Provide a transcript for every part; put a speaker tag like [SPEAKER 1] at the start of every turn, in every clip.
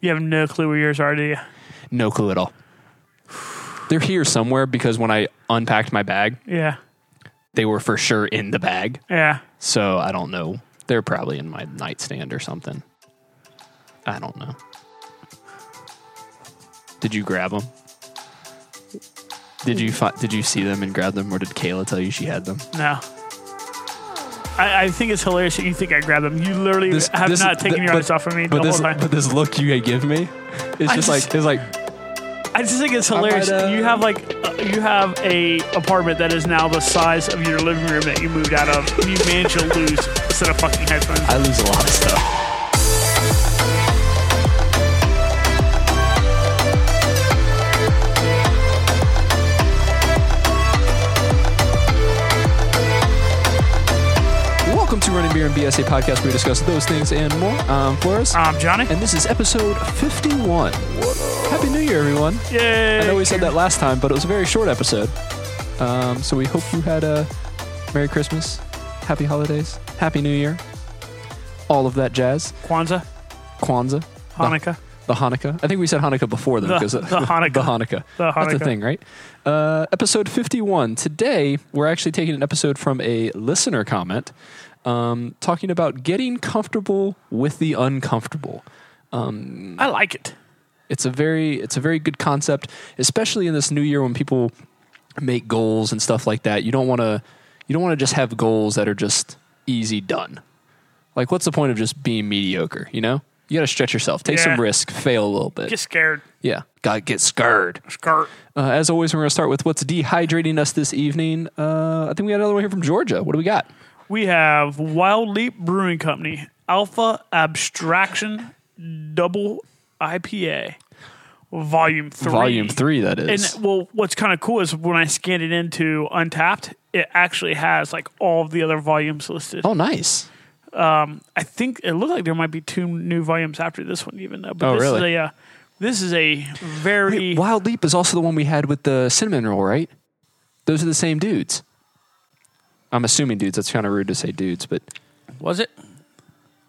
[SPEAKER 1] You have no clue where yours are, do you?
[SPEAKER 2] No clue at all. They're here somewhere because when I unpacked my bag,
[SPEAKER 1] Yeah.
[SPEAKER 2] they were for sure in the bag.
[SPEAKER 1] Yeah.
[SPEAKER 2] So I don't know. They're probably in my nightstand or something. I don't know. Did you grab them? Did you fi- did you see them and grab them, or did Kayla tell you she had them?
[SPEAKER 1] No. I, I think it's hilarious that you think I grabbed them. You literally have not taken your eyes off of me the
[SPEAKER 3] But
[SPEAKER 1] whole
[SPEAKER 3] this,
[SPEAKER 1] time.
[SPEAKER 3] but this look you give me, it's
[SPEAKER 1] I
[SPEAKER 3] just, like
[SPEAKER 1] just-
[SPEAKER 3] it's like
[SPEAKER 1] I just think it's hilarious.
[SPEAKER 3] might, uh,
[SPEAKER 1] you have like uh, you have a apartment that is now the size of your living room that you moved out of. and you managed to lose a set of fucking headphones.
[SPEAKER 2] I lose a lot of stuff. Welcome to Running Beer and BS, a podcast where we discuss those things and more. I'm Flores,
[SPEAKER 1] Um, Johnny.
[SPEAKER 2] and this is episode 51. Happy New Year, everyone!
[SPEAKER 1] Yay.
[SPEAKER 2] I know we said that last time, but it was a very short episode. Um, so we hope you had a Merry Christmas, Happy Holidays, Happy New Year, all of that jazz.
[SPEAKER 1] Kwanzaa,
[SPEAKER 2] Kwanzaa,
[SPEAKER 1] Hanukkah.
[SPEAKER 2] the Hanukkah. I think we said Hanukkah before then
[SPEAKER 1] The-
[SPEAKER 2] because
[SPEAKER 1] the Hanukkah.
[SPEAKER 2] the Hanukkah.
[SPEAKER 1] The
[SPEAKER 2] That's the
[SPEAKER 1] Hanukkah.
[SPEAKER 2] thing, right? Uh, episode fifty-one. Today we're actually taking an episode from a listener comment, um, talking about getting comfortable with the uncomfortable.
[SPEAKER 1] I like it.
[SPEAKER 2] It's a very it's a very good concept, especially in this new year when people make goals and stuff like that. You don't want to you don't want to just have goals that are just easy done. Like what's the point of just being mediocre, you know? You got to stretch yourself, take some
[SPEAKER 1] Yeah.
[SPEAKER 2] risk, fail a little bit.
[SPEAKER 1] Get scared.
[SPEAKER 2] yeah. Got to get scared.
[SPEAKER 1] Skirt.
[SPEAKER 2] Uh, as always, we're going to start with what's dehydrating us this evening. Uh, I think we got another one here from Georgia. What do we got?
[SPEAKER 1] We have Wild Leap Brewing Company Alpha Abstraction Double IPA, Volume Three.
[SPEAKER 2] Volume 3 that
[SPEAKER 1] And
[SPEAKER 2] is.
[SPEAKER 1] well, what's kind of cool is when I scanned it into Untapped, it actually has like all of the other volumes listed.
[SPEAKER 2] oh, nice.
[SPEAKER 1] I think it looked like there might be two new volumes after this one, even though. But
[SPEAKER 2] Oh,
[SPEAKER 1] this
[SPEAKER 2] really?
[SPEAKER 1] Is a, uh, this is a very
[SPEAKER 2] Wild Leap is also the one we had with the cinnamon roll, right? Those are the same dudes. I'm assuming dudes. That's kind of rude to say dudes, but
[SPEAKER 1] was it?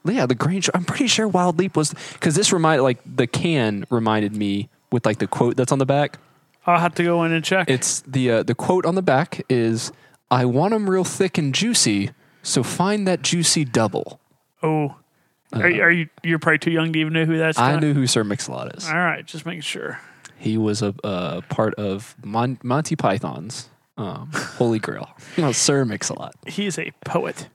[SPEAKER 2] yeah, the Grange. I'm pretty sure Wild Leap was because this remind like the can reminded me with like the quote that's on the back.
[SPEAKER 1] I'll have to go in and check.
[SPEAKER 2] It's the uh, the quote on the back is "I want 'em real thick and juicy, so find that juicy double."
[SPEAKER 1] oh, are, you- are you? You're probably too young to even know who that's.
[SPEAKER 2] Uh-huh. I
[SPEAKER 1] kinda-
[SPEAKER 2] knew who Sir Mix-a-Lot is.
[SPEAKER 1] All right, just making sure.
[SPEAKER 2] He was a uh, part of Mon- Monty Python's um, Holy Grail. No, Sir Mix-a-Lot.
[SPEAKER 1] He is a poet.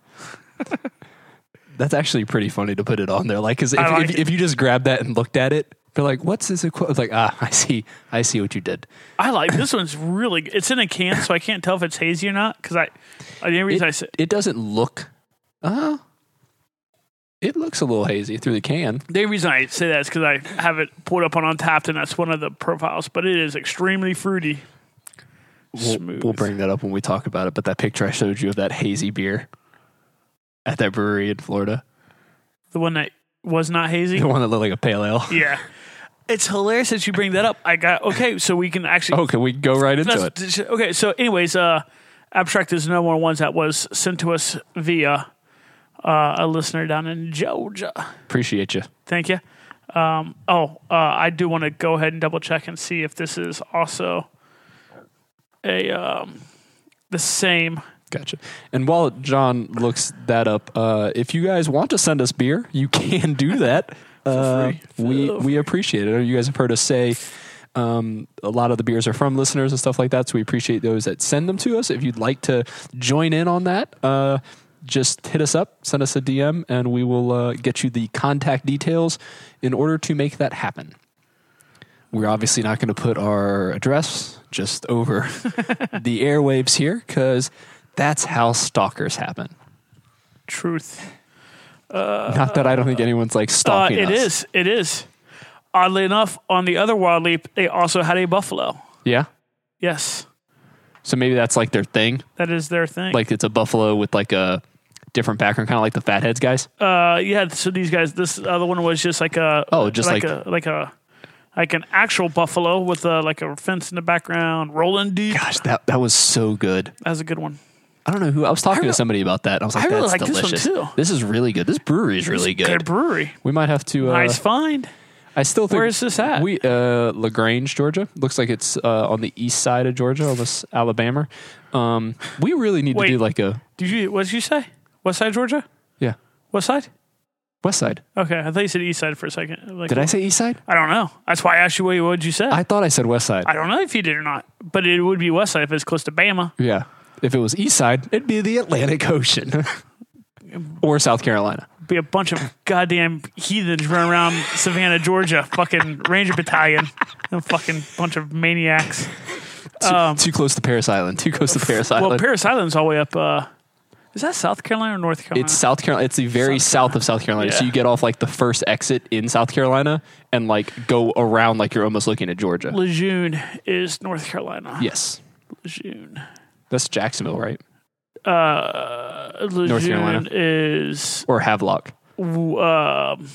[SPEAKER 2] That's actually pretty funny to put it on there. Like, because if,
[SPEAKER 1] I like
[SPEAKER 2] if,
[SPEAKER 1] it.
[SPEAKER 2] if you just grabbed that and looked at it, be like, "What's this?" equi-" It's like, ah, I see, I see what you did.
[SPEAKER 1] I like this one's really. It's in a can, so I can't tell if it's hazy or not. Because I, I the only
[SPEAKER 2] It,
[SPEAKER 1] reason I said
[SPEAKER 2] it doesn't look, uh, it looks a little hazy through the can.
[SPEAKER 1] the only reason I say that is because I have it pulled up on Untapped, and that's one of the profiles. But it is extremely fruity.
[SPEAKER 2] We'll,
[SPEAKER 1] Smooth.
[SPEAKER 2] we'll bring that up when we talk about it. But that picture I showed you of that hazy beer at that brewery in Florida,
[SPEAKER 1] the one that was not hazy.
[SPEAKER 2] the one that looked like a pale ale.
[SPEAKER 1] yeah, it's hilarious that you bring that up. I got okay, so we can actually
[SPEAKER 2] Oh, can we go right into it?
[SPEAKER 1] That's- Okay, so anyways, uh, Abstract is another one of the ones that was sent to us via uh, a listener down in Georgia.
[SPEAKER 2] Appreciate you.
[SPEAKER 1] Thank you. Um, oh, uh, I do want to go ahead and double check and see if this is also a um, the same.
[SPEAKER 2] Gotcha. And while John looks that up, uh, if you guys want to send us beer, you can do that. Uh,
[SPEAKER 1] free.
[SPEAKER 2] we
[SPEAKER 1] Feel
[SPEAKER 2] we appreciate it. You guys have heard us say um, a lot of the beers are from listeners and stuff like that. So we appreciate those that send them to us. If you'd like to join in on that, uh, just hit us up, send us a DM, and we will uh, get you the contact details in order to make that happen. We're obviously not going to put our address just over the airwaves here because that's how stalkers happen.
[SPEAKER 1] Truth.
[SPEAKER 2] Not that I don't think anyone's like
[SPEAKER 1] Uh,
[SPEAKER 2] stalking
[SPEAKER 1] it
[SPEAKER 2] us.
[SPEAKER 1] is. It is. Oddly enough, on the other wild leap, they also had a buffalo.
[SPEAKER 2] Yeah.
[SPEAKER 1] Yes,
[SPEAKER 2] So maybe that's like their thing.
[SPEAKER 1] that is their thing.
[SPEAKER 2] Like it's a buffalo with like a different background, kind of like the fatheads guys.
[SPEAKER 1] uh, yeah. So these guys, this other one was just like a
[SPEAKER 2] Oh, just like-
[SPEAKER 1] a like a like an actual buffalo with a, like a fence in the background, rolling deep.
[SPEAKER 2] Gosh, that that was so good.
[SPEAKER 1] That's a good one.
[SPEAKER 2] I don't know who I was talking
[SPEAKER 1] re-
[SPEAKER 2] to somebody about that. And I was like,
[SPEAKER 1] I really
[SPEAKER 2] that's
[SPEAKER 1] like this one,
[SPEAKER 2] delicious.
[SPEAKER 1] too.
[SPEAKER 2] is really good. This brewery is really good.
[SPEAKER 1] Good brewery.
[SPEAKER 2] We might have to. Uh,
[SPEAKER 1] Nice find.
[SPEAKER 2] I still think
[SPEAKER 1] Where is this at?
[SPEAKER 2] We uh, Lagrange, Georgia. Looks like it's uh, on the east side of Georgia, almost Alabama. Um, we really need
[SPEAKER 1] Wait.
[SPEAKER 2] to do like a
[SPEAKER 1] Did you? What did you say? West side, Georgia.
[SPEAKER 2] yeah
[SPEAKER 1] West side.
[SPEAKER 2] west side.
[SPEAKER 1] Okay, I thought you said east side for a second. I'm Like,
[SPEAKER 2] Did I say east side?
[SPEAKER 1] I don't know. That's why I asked you what would you say.
[SPEAKER 2] I
[SPEAKER 1] I,
[SPEAKER 2] thought I said west side.
[SPEAKER 1] don't know if you did or not, but it would be west side if it's close to Bama.
[SPEAKER 2] yeah. If it was east side, it'd be the Atlantic Ocean or South Carolina.
[SPEAKER 1] Be a bunch of goddamn heathens running around Savannah, Georgia, fucking Ranger Battalion, a fucking bunch of maniacs. Um,
[SPEAKER 2] Too, too close to Paris Island. Too close to Paris Island.
[SPEAKER 1] Well, Paris Island's all the way up. Uh, is that South Carolina or North Carolina?
[SPEAKER 2] It's South Carolina. It's the very south of South Carolina. So
[SPEAKER 1] Yeah.
[SPEAKER 2] you get off like the first exit in South Carolina and like go around like you're almost looking at Georgia.
[SPEAKER 1] Lejeune is North Carolina.
[SPEAKER 2] Yes.
[SPEAKER 1] Lejeune.
[SPEAKER 2] That's Jacksonville, right?
[SPEAKER 1] Uh, Lejeune
[SPEAKER 2] Carolina.
[SPEAKER 1] is
[SPEAKER 2] Or Havelock.
[SPEAKER 1] w- um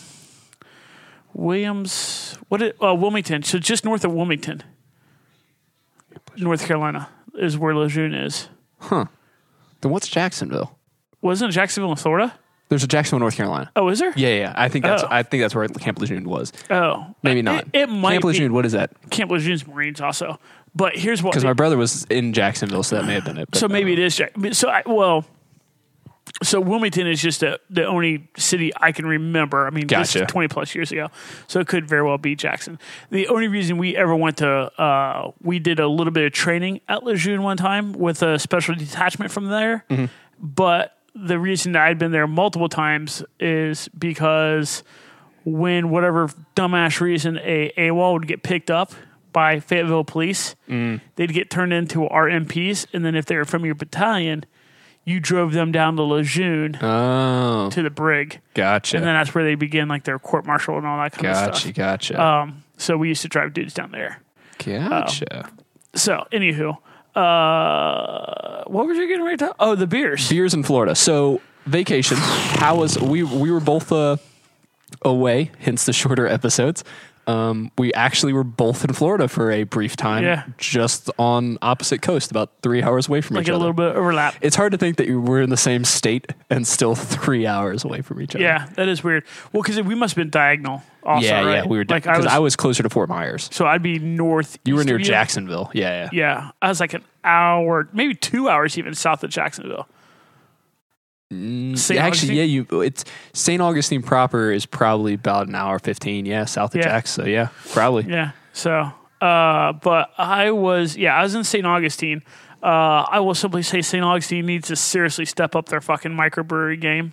[SPEAKER 1] Williams. What? It, uh, Wilmington. So just north of Wilmington, North Carolina is where Lejeune is.
[SPEAKER 2] Then what's Jacksonville?
[SPEAKER 1] Wasn't Jacksonville in Florida?
[SPEAKER 2] There's a Jacksonville, North Carolina.
[SPEAKER 1] Oh, is there?
[SPEAKER 2] Yeah, yeah. yeah. I think that's
[SPEAKER 1] Oh.
[SPEAKER 2] I think that's where Camp Lejeune was.
[SPEAKER 1] Oh,
[SPEAKER 2] Maybe
[SPEAKER 1] It-
[SPEAKER 2] not.
[SPEAKER 1] It, might
[SPEAKER 2] Camp
[SPEAKER 1] be.
[SPEAKER 2] Lejeune, what is that?
[SPEAKER 1] Camp Lejeune's Marines also. But here's what.
[SPEAKER 2] Because
[SPEAKER 1] they-
[SPEAKER 2] my brother was in Jacksonville, so that may have been it. but-
[SPEAKER 1] So maybe it is Jack. I mean, So I, well, so Wilmington is just a, the only city I can remember. I mean, this is
[SPEAKER 2] Gotcha.
[SPEAKER 1] twenty plus years ago, so it could very well be Jackson. The only reason we ever went to, uh, we did a little bit of training at Lejeune one time with a special detachment from there, but. The reason that I'd been there multiple times is because when whatever dumbass reason a AWOL would get picked up by Fayetteville police, they'd get turned into RMPs, and then if they were from your battalion, you drove them down to Lejeune
[SPEAKER 2] Oh,
[SPEAKER 1] to the brig,
[SPEAKER 2] gotcha.
[SPEAKER 1] and then that's where they begin like their court martial and all that kind of
[SPEAKER 2] gotcha,
[SPEAKER 1] stuff.
[SPEAKER 2] gotcha.
[SPEAKER 1] Um, so we used to drive dudes down there.
[SPEAKER 2] gotcha.
[SPEAKER 1] So anywho, uh, what was you getting ready to? Oh, the beers.
[SPEAKER 2] beers in Florida. So vacation. How was we? We were both uh, away, hence the shorter episodes. Um, we actually were both in Florida for a brief time,
[SPEAKER 1] Yeah.
[SPEAKER 2] just on opposite coast, about three hours away from
[SPEAKER 1] Like
[SPEAKER 2] each
[SPEAKER 1] a
[SPEAKER 2] other.
[SPEAKER 1] little bit of overlap.
[SPEAKER 2] it's hard to think that you were in the same state and still three hours away from each other.
[SPEAKER 1] yeah, that is weird. Well, because we must have been diagonal. Also,
[SPEAKER 2] yeah,
[SPEAKER 1] right?
[SPEAKER 2] yeah. We were
[SPEAKER 1] like I was,
[SPEAKER 2] I was closer to Fort Myers.
[SPEAKER 1] so I'd be north.
[SPEAKER 2] You were near Jacksonville. Yeah, yeah.
[SPEAKER 1] Yeah, I was like an hour, maybe two hours, even south of Jacksonville. St.
[SPEAKER 2] Mm, Actually,
[SPEAKER 1] Augustine?
[SPEAKER 2] yeah, you. It's St. Augustine proper is probably about an hour fifteen. Yeah, south of
[SPEAKER 1] Yeah.
[SPEAKER 2] Jacks. So yeah, probably.
[SPEAKER 1] Yeah. So, uh, but I was, yeah, I was in St. Augustine. Uh, I will simply say St. Augustine needs to seriously step up their fucking microbrewery game.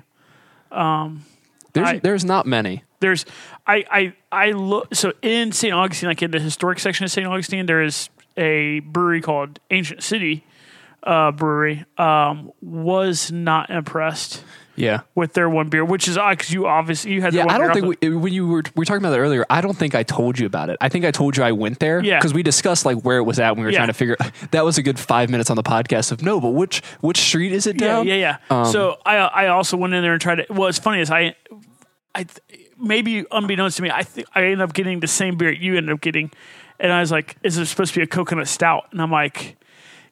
[SPEAKER 2] There's
[SPEAKER 1] I-
[SPEAKER 2] there's not many.
[SPEAKER 1] There's, I, I, I look, so in St. Augustine, like in the historic section of St. Augustine, there is a brewery called Ancient City uh, Brewery. Um, was not impressed
[SPEAKER 2] Yeah.
[SPEAKER 1] with their one beer, which is odd because you obviously, you had the
[SPEAKER 2] Yeah,
[SPEAKER 1] one
[SPEAKER 2] I
[SPEAKER 1] beer
[SPEAKER 2] don't
[SPEAKER 1] off
[SPEAKER 2] think
[SPEAKER 1] the-
[SPEAKER 2] we, when you were we were talking about that earlier. I don't think I told you about it. I think I told you I went there
[SPEAKER 1] Yeah.
[SPEAKER 2] because we discussed like where it was at when we were
[SPEAKER 1] Yeah.
[SPEAKER 2] trying to figure. That was a good five minutes on the podcast of no, but which which street is it down?
[SPEAKER 1] Yeah, yeah, yeah. so I I also went in there and tried to. Well, it's funny is I I th- maybe unbeknownst to me, I think I ended up getting the same beer you ended up getting, and I was like, "Is there supposed to be a coconut stout?" And I'm like.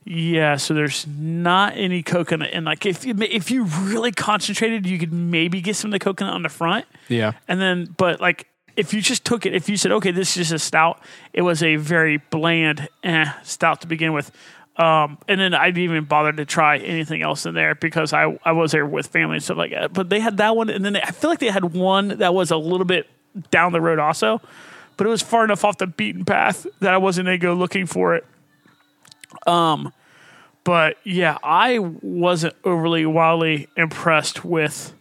[SPEAKER 1] Yeah, so there's not any coconut, and like if you, if you really concentrated, you could maybe get some of the coconut on the front.
[SPEAKER 2] yeah.
[SPEAKER 1] And then, but like, if you just took it, if you said, okay, this is just a stout, it was a very bland eh, stout to begin with. Um, and then I didn't even bother to try anything else in there because I, I was there with family and stuff like that. But they had that one. And then they, I feel like they had one that was a little bit down the road also, but it was far enough off the beaten path that I wasn't going to go looking for it. Um, but yeah, I wasn't overly wildly impressed with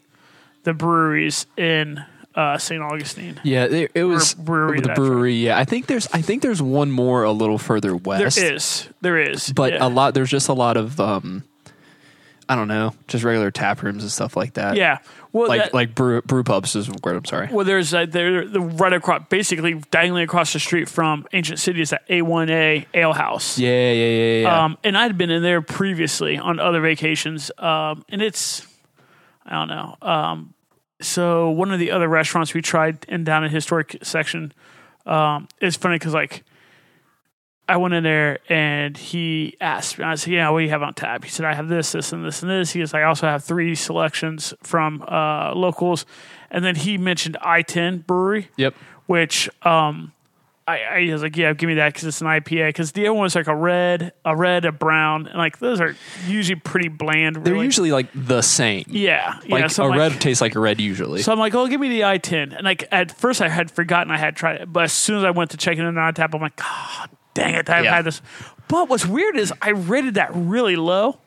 [SPEAKER 1] the breweries in uh, St. Augustine.
[SPEAKER 2] Yeah, it, it was
[SPEAKER 1] brewery,
[SPEAKER 2] the
[SPEAKER 1] that's right.
[SPEAKER 2] brewery. Yeah, I think there's I think there's one more a little further
[SPEAKER 1] There
[SPEAKER 2] west.
[SPEAKER 1] is, there is,
[SPEAKER 2] but
[SPEAKER 1] yeah.
[SPEAKER 2] a lot there's just a lot of um, I don't know, just regular tap rooms and stuff like that.
[SPEAKER 1] yeah. Well,
[SPEAKER 2] like
[SPEAKER 1] that-
[SPEAKER 2] like brew, brew pubs is the word. I'm sorry.
[SPEAKER 1] well, there's uh, there the right across, basically diagonally across the street from Ancient City is that A1A Ale House.
[SPEAKER 2] Yeah, yeah, yeah, yeah.
[SPEAKER 1] Um, and I'd been in there previously on other vacations. Um, and it's, I don't know. Um, so one of the other restaurants we tried in down in historic section, um, it's funny because like I went in there and he asked me, I said, yeah, what do you have on tap? He said, I have this, this, and this, and this. He goes, I also have three selections from uh, locals. And then he mentioned I 10 brewery
[SPEAKER 2] yep.
[SPEAKER 1] which um, I, I was like, yeah, give me that because it's an IPA. Because the other one's like a red, a red, a brown, and like those are usually pretty bland.
[SPEAKER 2] They're
[SPEAKER 1] really.
[SPEAKER 2] usually like the same.
[SPEAKER 1] yeah, yeah.
[SPEAKER 2] Like
[SPEAKER 1] So
[SPEAKER 2] a
[SPEAKER 1] I'm
[SPEAKER 2] red
[SPEAKER 1] like-
[SPEAKER 2] tastes like a red usually.
[SPEAKER 1] so I'm like, oh, give me the I ten. And like at first I had forgotten I had tried it, but as soon as I went to check it in on tap, I'm like, God dang it, I've
[SPEAKER 2] Yeah.
[SPEAKER 1] had this. But what's weird is I rated that really low.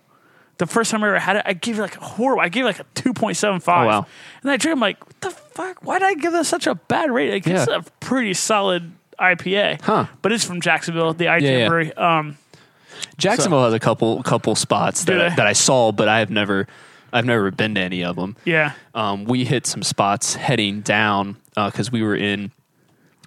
[SPEAKER 1] The first time I ever had it, I gave it like a horrible. I gave it like a two point seven five.
[SPEAKER 2] Oh, wow.
[SPEAKER 1] And I drink, I'm like, what the fuck? Why did I give this such a bad rating? Like, It's
[SPEAKER 2] Yeah.
[SPEAKER 1] a pretty solid IPA.
[SPEAKER 2] Huh.
[SPEAKER 1] But it's from Jacksonville, the IPA
[SPEAKER 2] Yeah, yeah.
[SPEAKER 1] brewery. Um
[SPEAKER 2] Jacksonville has a couple couple spots
[SPEAKER 1] Do they?
[SPEAKER 2] that, that I saw, but I have never I've never been to any of them.
[SPEAKER 1] yeah.
[SPEAKER 2] um, we hit some spots heading down because we were in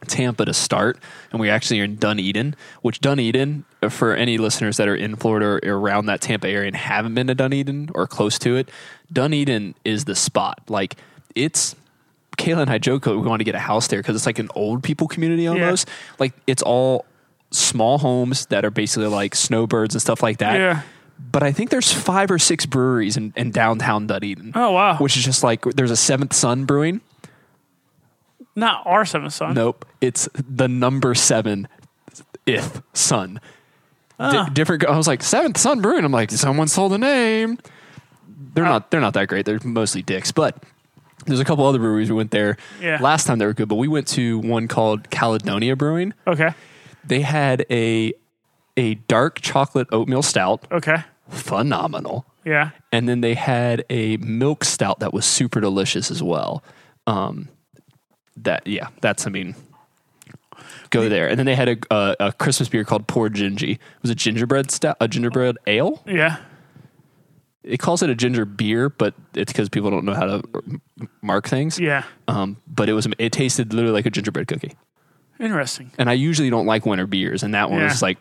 [SPEAKER 2] Tampa to start, and we actually are in Dunedin, which Dunedin, uh, for any listeners that are in Florida or around that Tampa area and haven't been to Dunedin or close to it, Dunedin is the spot. Like, it's. Kayla and I joke that we want to get a house there because it's like an old people community almost. Like, it's all small homes that are basically like snowbirds and stuff like that.
[SPEAKER 1] Yeah.
[SPEAKER 2] But I think there's five or six breweries in, in downtown Dunedin.
[SPEAKER 1] Oh, wow.
[SPEAKER 2] Which is just like there's a Seventh Sun Brewing.
[SPEAKER 1] Not our seven son.
[SPEAKER 2] Nope, it's the number seven if Sun. Di-
[SPEAKER 1] Ah.
[SPEAKER 2] different. I was like Seventh Sun Brewing. I'm like someone stole the name. They're
[SPEAKER 1] Ah.
[SPEAKER 2] not. They're not that great. They're mostly dicks. But there's a couple other breweries we went there.
[SPEAKER 1] Yeah.
[SPEAKER 2] Last time they were good, but we went to one called Caledonia Brewing.
[SPEAKER 1] Okay.
[SPEAKER 2] They had a a dark chocolate oatmeal stout,
[SPEAKER 1] Okay.
[SPEAKER 2] phenomenal.
[SPEAKER 1] Yeah.
[SPEAKER 2] and then they had a milk stout that was super delicious as well. Um, that yeah, that's I mean, go there. And then they had a a, a Christmas beer called Poor Gingy. It was a gingerbread stout, a gingerbread ale.
[SPEAKER 1] Yeah.
[SPEAKER 2] It calls it a ginger beer, but it's because people don't know how to m- mark things.
[SPEAKER 1] Yeah.
[SPEAKER 2] Um, but it was it tasted literally like a gingerbread cookie.
[SPEAKER 1] Interesting.
[SPEAKER 2] And I usually don't like winter beers, and that one
[SPEAKER 1] Yeah.
[SPEAKER 2] was like,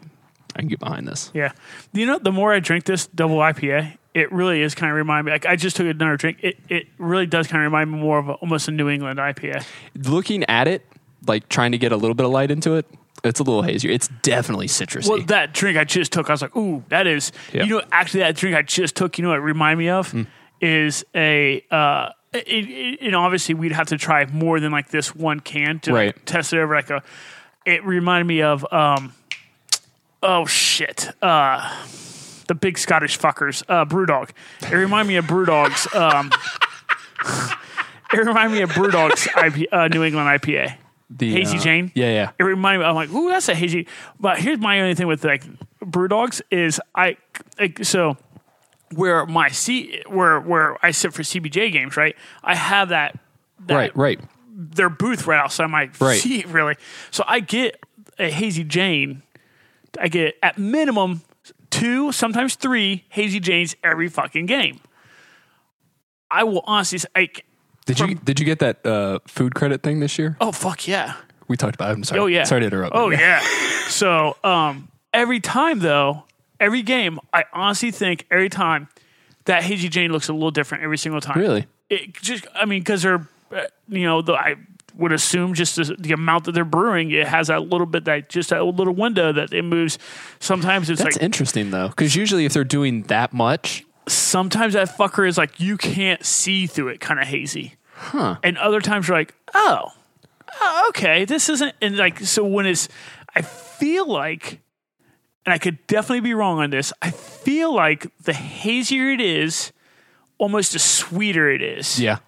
[SPEAKER 2] I can get behind this.
[SPEAKER 1] Yeah. You know, the more I drink this double IPA, it really is kind of remind me. Like I just took another drink. It it really does kind of remind me more of a, almost a New England IPA.
[SPEAKER 2] Looking at it, like trying to get a little bit of light into it, it's a little hazier. It's definitely citrusy.
[SPEAKER 1] Well, that drink I just took, I was like, ooh, that is.
[SPEAKER 2] Yeah. Hmm.
[SPEAKER 1] You know, actually, that drink I just took, you know, what it remind me of is a. uh it, it, and obviously, we'd have to try more than like this one can to like,
[SPEAKER 2] Right.
[SPEAKER 1] test it over like a. It reminded me of um, oh shit, uh, the big Scottish fuckers, uh, BrewDog. It reminded me of BrewDog's. Um, it reminded me of BrewDog's IP, uh, New England IPA.
[SPEAKER 2] the
[SPEAKER 1] Hazy
[SPEAKER 2] uh,
[SPEAKER 1] Jane?
[SPEAKER 2] Yeah, yeah.
[SPEAKER 1] it reminded me. I'm like, ooh, that's a hazy. But here's my only thing with like brew dogs is I like so where my seat where where I sit for CBJ games, right? I have that, that
[SPEAKER 2] Right, right.
[SPEAKER 1] their booth right outside my
[SPEAKER 2] Right.
[SPEAKER 1] seat, really. So I get a hazy Jane. I get at minimum two, sometimes three hazy Janes every fucking game. I will honestly, say, like,
[SPEAKER 2] Did you did you get that uh, food credit thing this year?
[SPEAKER 1] oh fuck yeah.
[SPEAKER 2] We talked about. it. I'm sorry.
[SPEAKER 1] Oh yeah.
[SPEAKER 2] Sorry to interrupt.
[SPEAKER 1] Oh yeah. so um, every time though, every game, I honestly think every time that Hazy Jane looks a little different every single time.
[SPEAKER 2] Really?
[SPEAKER 1] It just I mean because they're uh, you know the, I would assume just the, the amount that they're brewing, it has that little bit that just that little window that it moves. Sometimes it's
[SPEAKER 2] That's
[SPEAKER 1] like
[SPEAKER 2] interesting though, because usually if they're doing that much,
[SPEAKER 1] sometimes that fucker is like you can't see through it, kind of hazy. Huh. And other times you're like, oh, oh, okay, this isn't. And like, so when it's, I feel like, and I could definitely be wrong on this. I feel like the hazier it is, almost the sweeter it is.
[SPEAKER 2] yeah,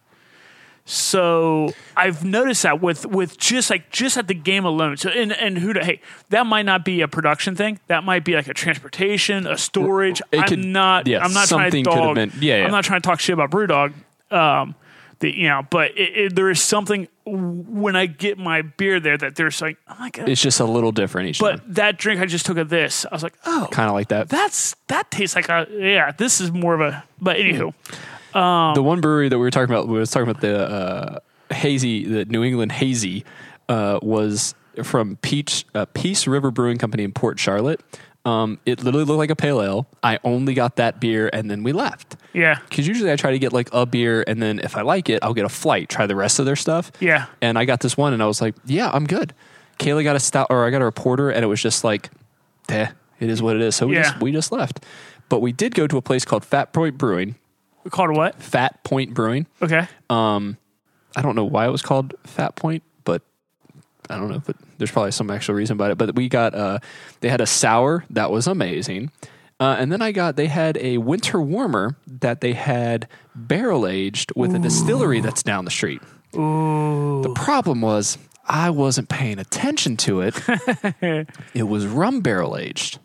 [SPEAKER 1] So I've noticed that with with just like just at the game alone. So and and who to hey, that might not be a production thing. That might be like a transportation, a storage.
[SPEAKER 2] It
[SPEAKER 1] I'm
[SPEAKER 2] could-
[SPEAKER 1] not.
[SPEAKER 2] yeah,
[SPEAKER 1] I'm not trying to
[SPEAKER 2] something could have
[SPEAKER 1] dog.
[SPEAKER 2] been- yeah, yeah.
[SPEAKER 1] I'm not trying to talk shit about BrewDog. Um, the, you know, but it, it, there is something when I get my beer there that there's like, oh my god.
[SPEAKER 2] it's just a little different each
[SPEAKER 1] But
[SPEAKER 2] time.
[SPEAKER 1] that drink I just took of this, I was like, oh,
[SPEAKER 2] Kind of like that.
[SPEAKER 1] that's that tastes like a yeah. This is more of a. But anywho, Um,
[SPEAKER 2] the one brewery that we were talking about, we was talking about the uh, hazy, the New England hazy, uh, was from Peach uh, Peace River Brewing Company in Port Charlotte. Um, it literally looked like a pale ale. I only got that beer, and then we left.
[SPEAKER 1] yeah,
[SPEAKER 2] because usually I try to get like a beer, and then if I like it, I'll get a flight, try the rest of their stuff.
[SPEAKER 1] Yeah.
[SPEAKER 2] And I got this one, and I was like, yeah, I'm good. Kayla got a stout, or I got a reporter, and it was just like, eh, it is what it is. So we
[SPEAKER 1] Yeah.
[SPEAKER 2] just we just left, but we did go to a place called Fat Point Brewing.
[SPEAKER 1] we called it what?
[SPEAKER 2] Fat Point Brewing.
[SPEAKER 1] Okay,
[SPEAKER 2] I don't know why it was called Fat Point, but I don't know, but there's probably some actual reason about it. But we got uh, they had a sour that was amazing, uh, and then I got they had a winter warmer that they had barrel aged with a distillery that's down the street. The problem was I wasn't paying attention to it. it was rum barrel aged,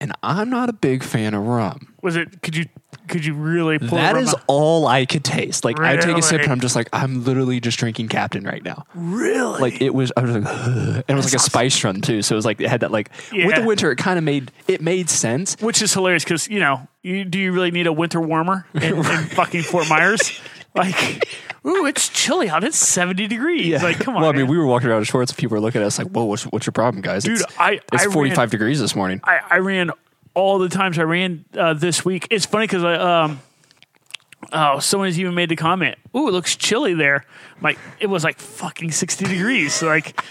[SPEAKER 2] and I'm not a big fan of rum.
[SPEAKER 1] Was it? Could you? Could you really pull?
[SPEAKER 2] That
[SPEAKER 1] rum
[SPEAKER 2] is
[SPEAKER 1] out?
[SPEAKER 2] all I could taste. Like I take a sip and
[SPEAKER 1] Really?
[SPEAKER 2] I'm just like I'm literally just drinking Captain right now.
[SPEAKER 1] really
[SPEAKER 2] Like it was I was like and it was like a spice run too. So it was like it had that like with
[SPEAKER 1] Yeah.
[SPEAKER 2] the winter it kind of made it made sense.
[SPEAKER 1] which is hilarious because you know, you, do you really need a winter warmer in, in fucking Fort Myers? like, ooh, it's chilly out. It's seventy degrees. Like, come on.
[SPEAKER 2] Well, I mean,
[SPEAKER 1] man.
[SPEAKER 2] we were walking around in shorts. and People were looking at us like, "Whoa, what's, what's your problem, guys?
[SPEAKER 1] Dude,
[SPEAKER 2] it's,
[SPEAKER 1] I-
[SPEAKER 2] it's
[SPEAKER 1] I ran-
[SPEAKER 2] 45 degrees this morning."
[SPEAKER 1] I, I ran all the times I ran uh, this week. It's funny because I um oh someone's even made the comment. Ooh, it looks chilly there. I'm like it was like fucking sixty degrees. So, like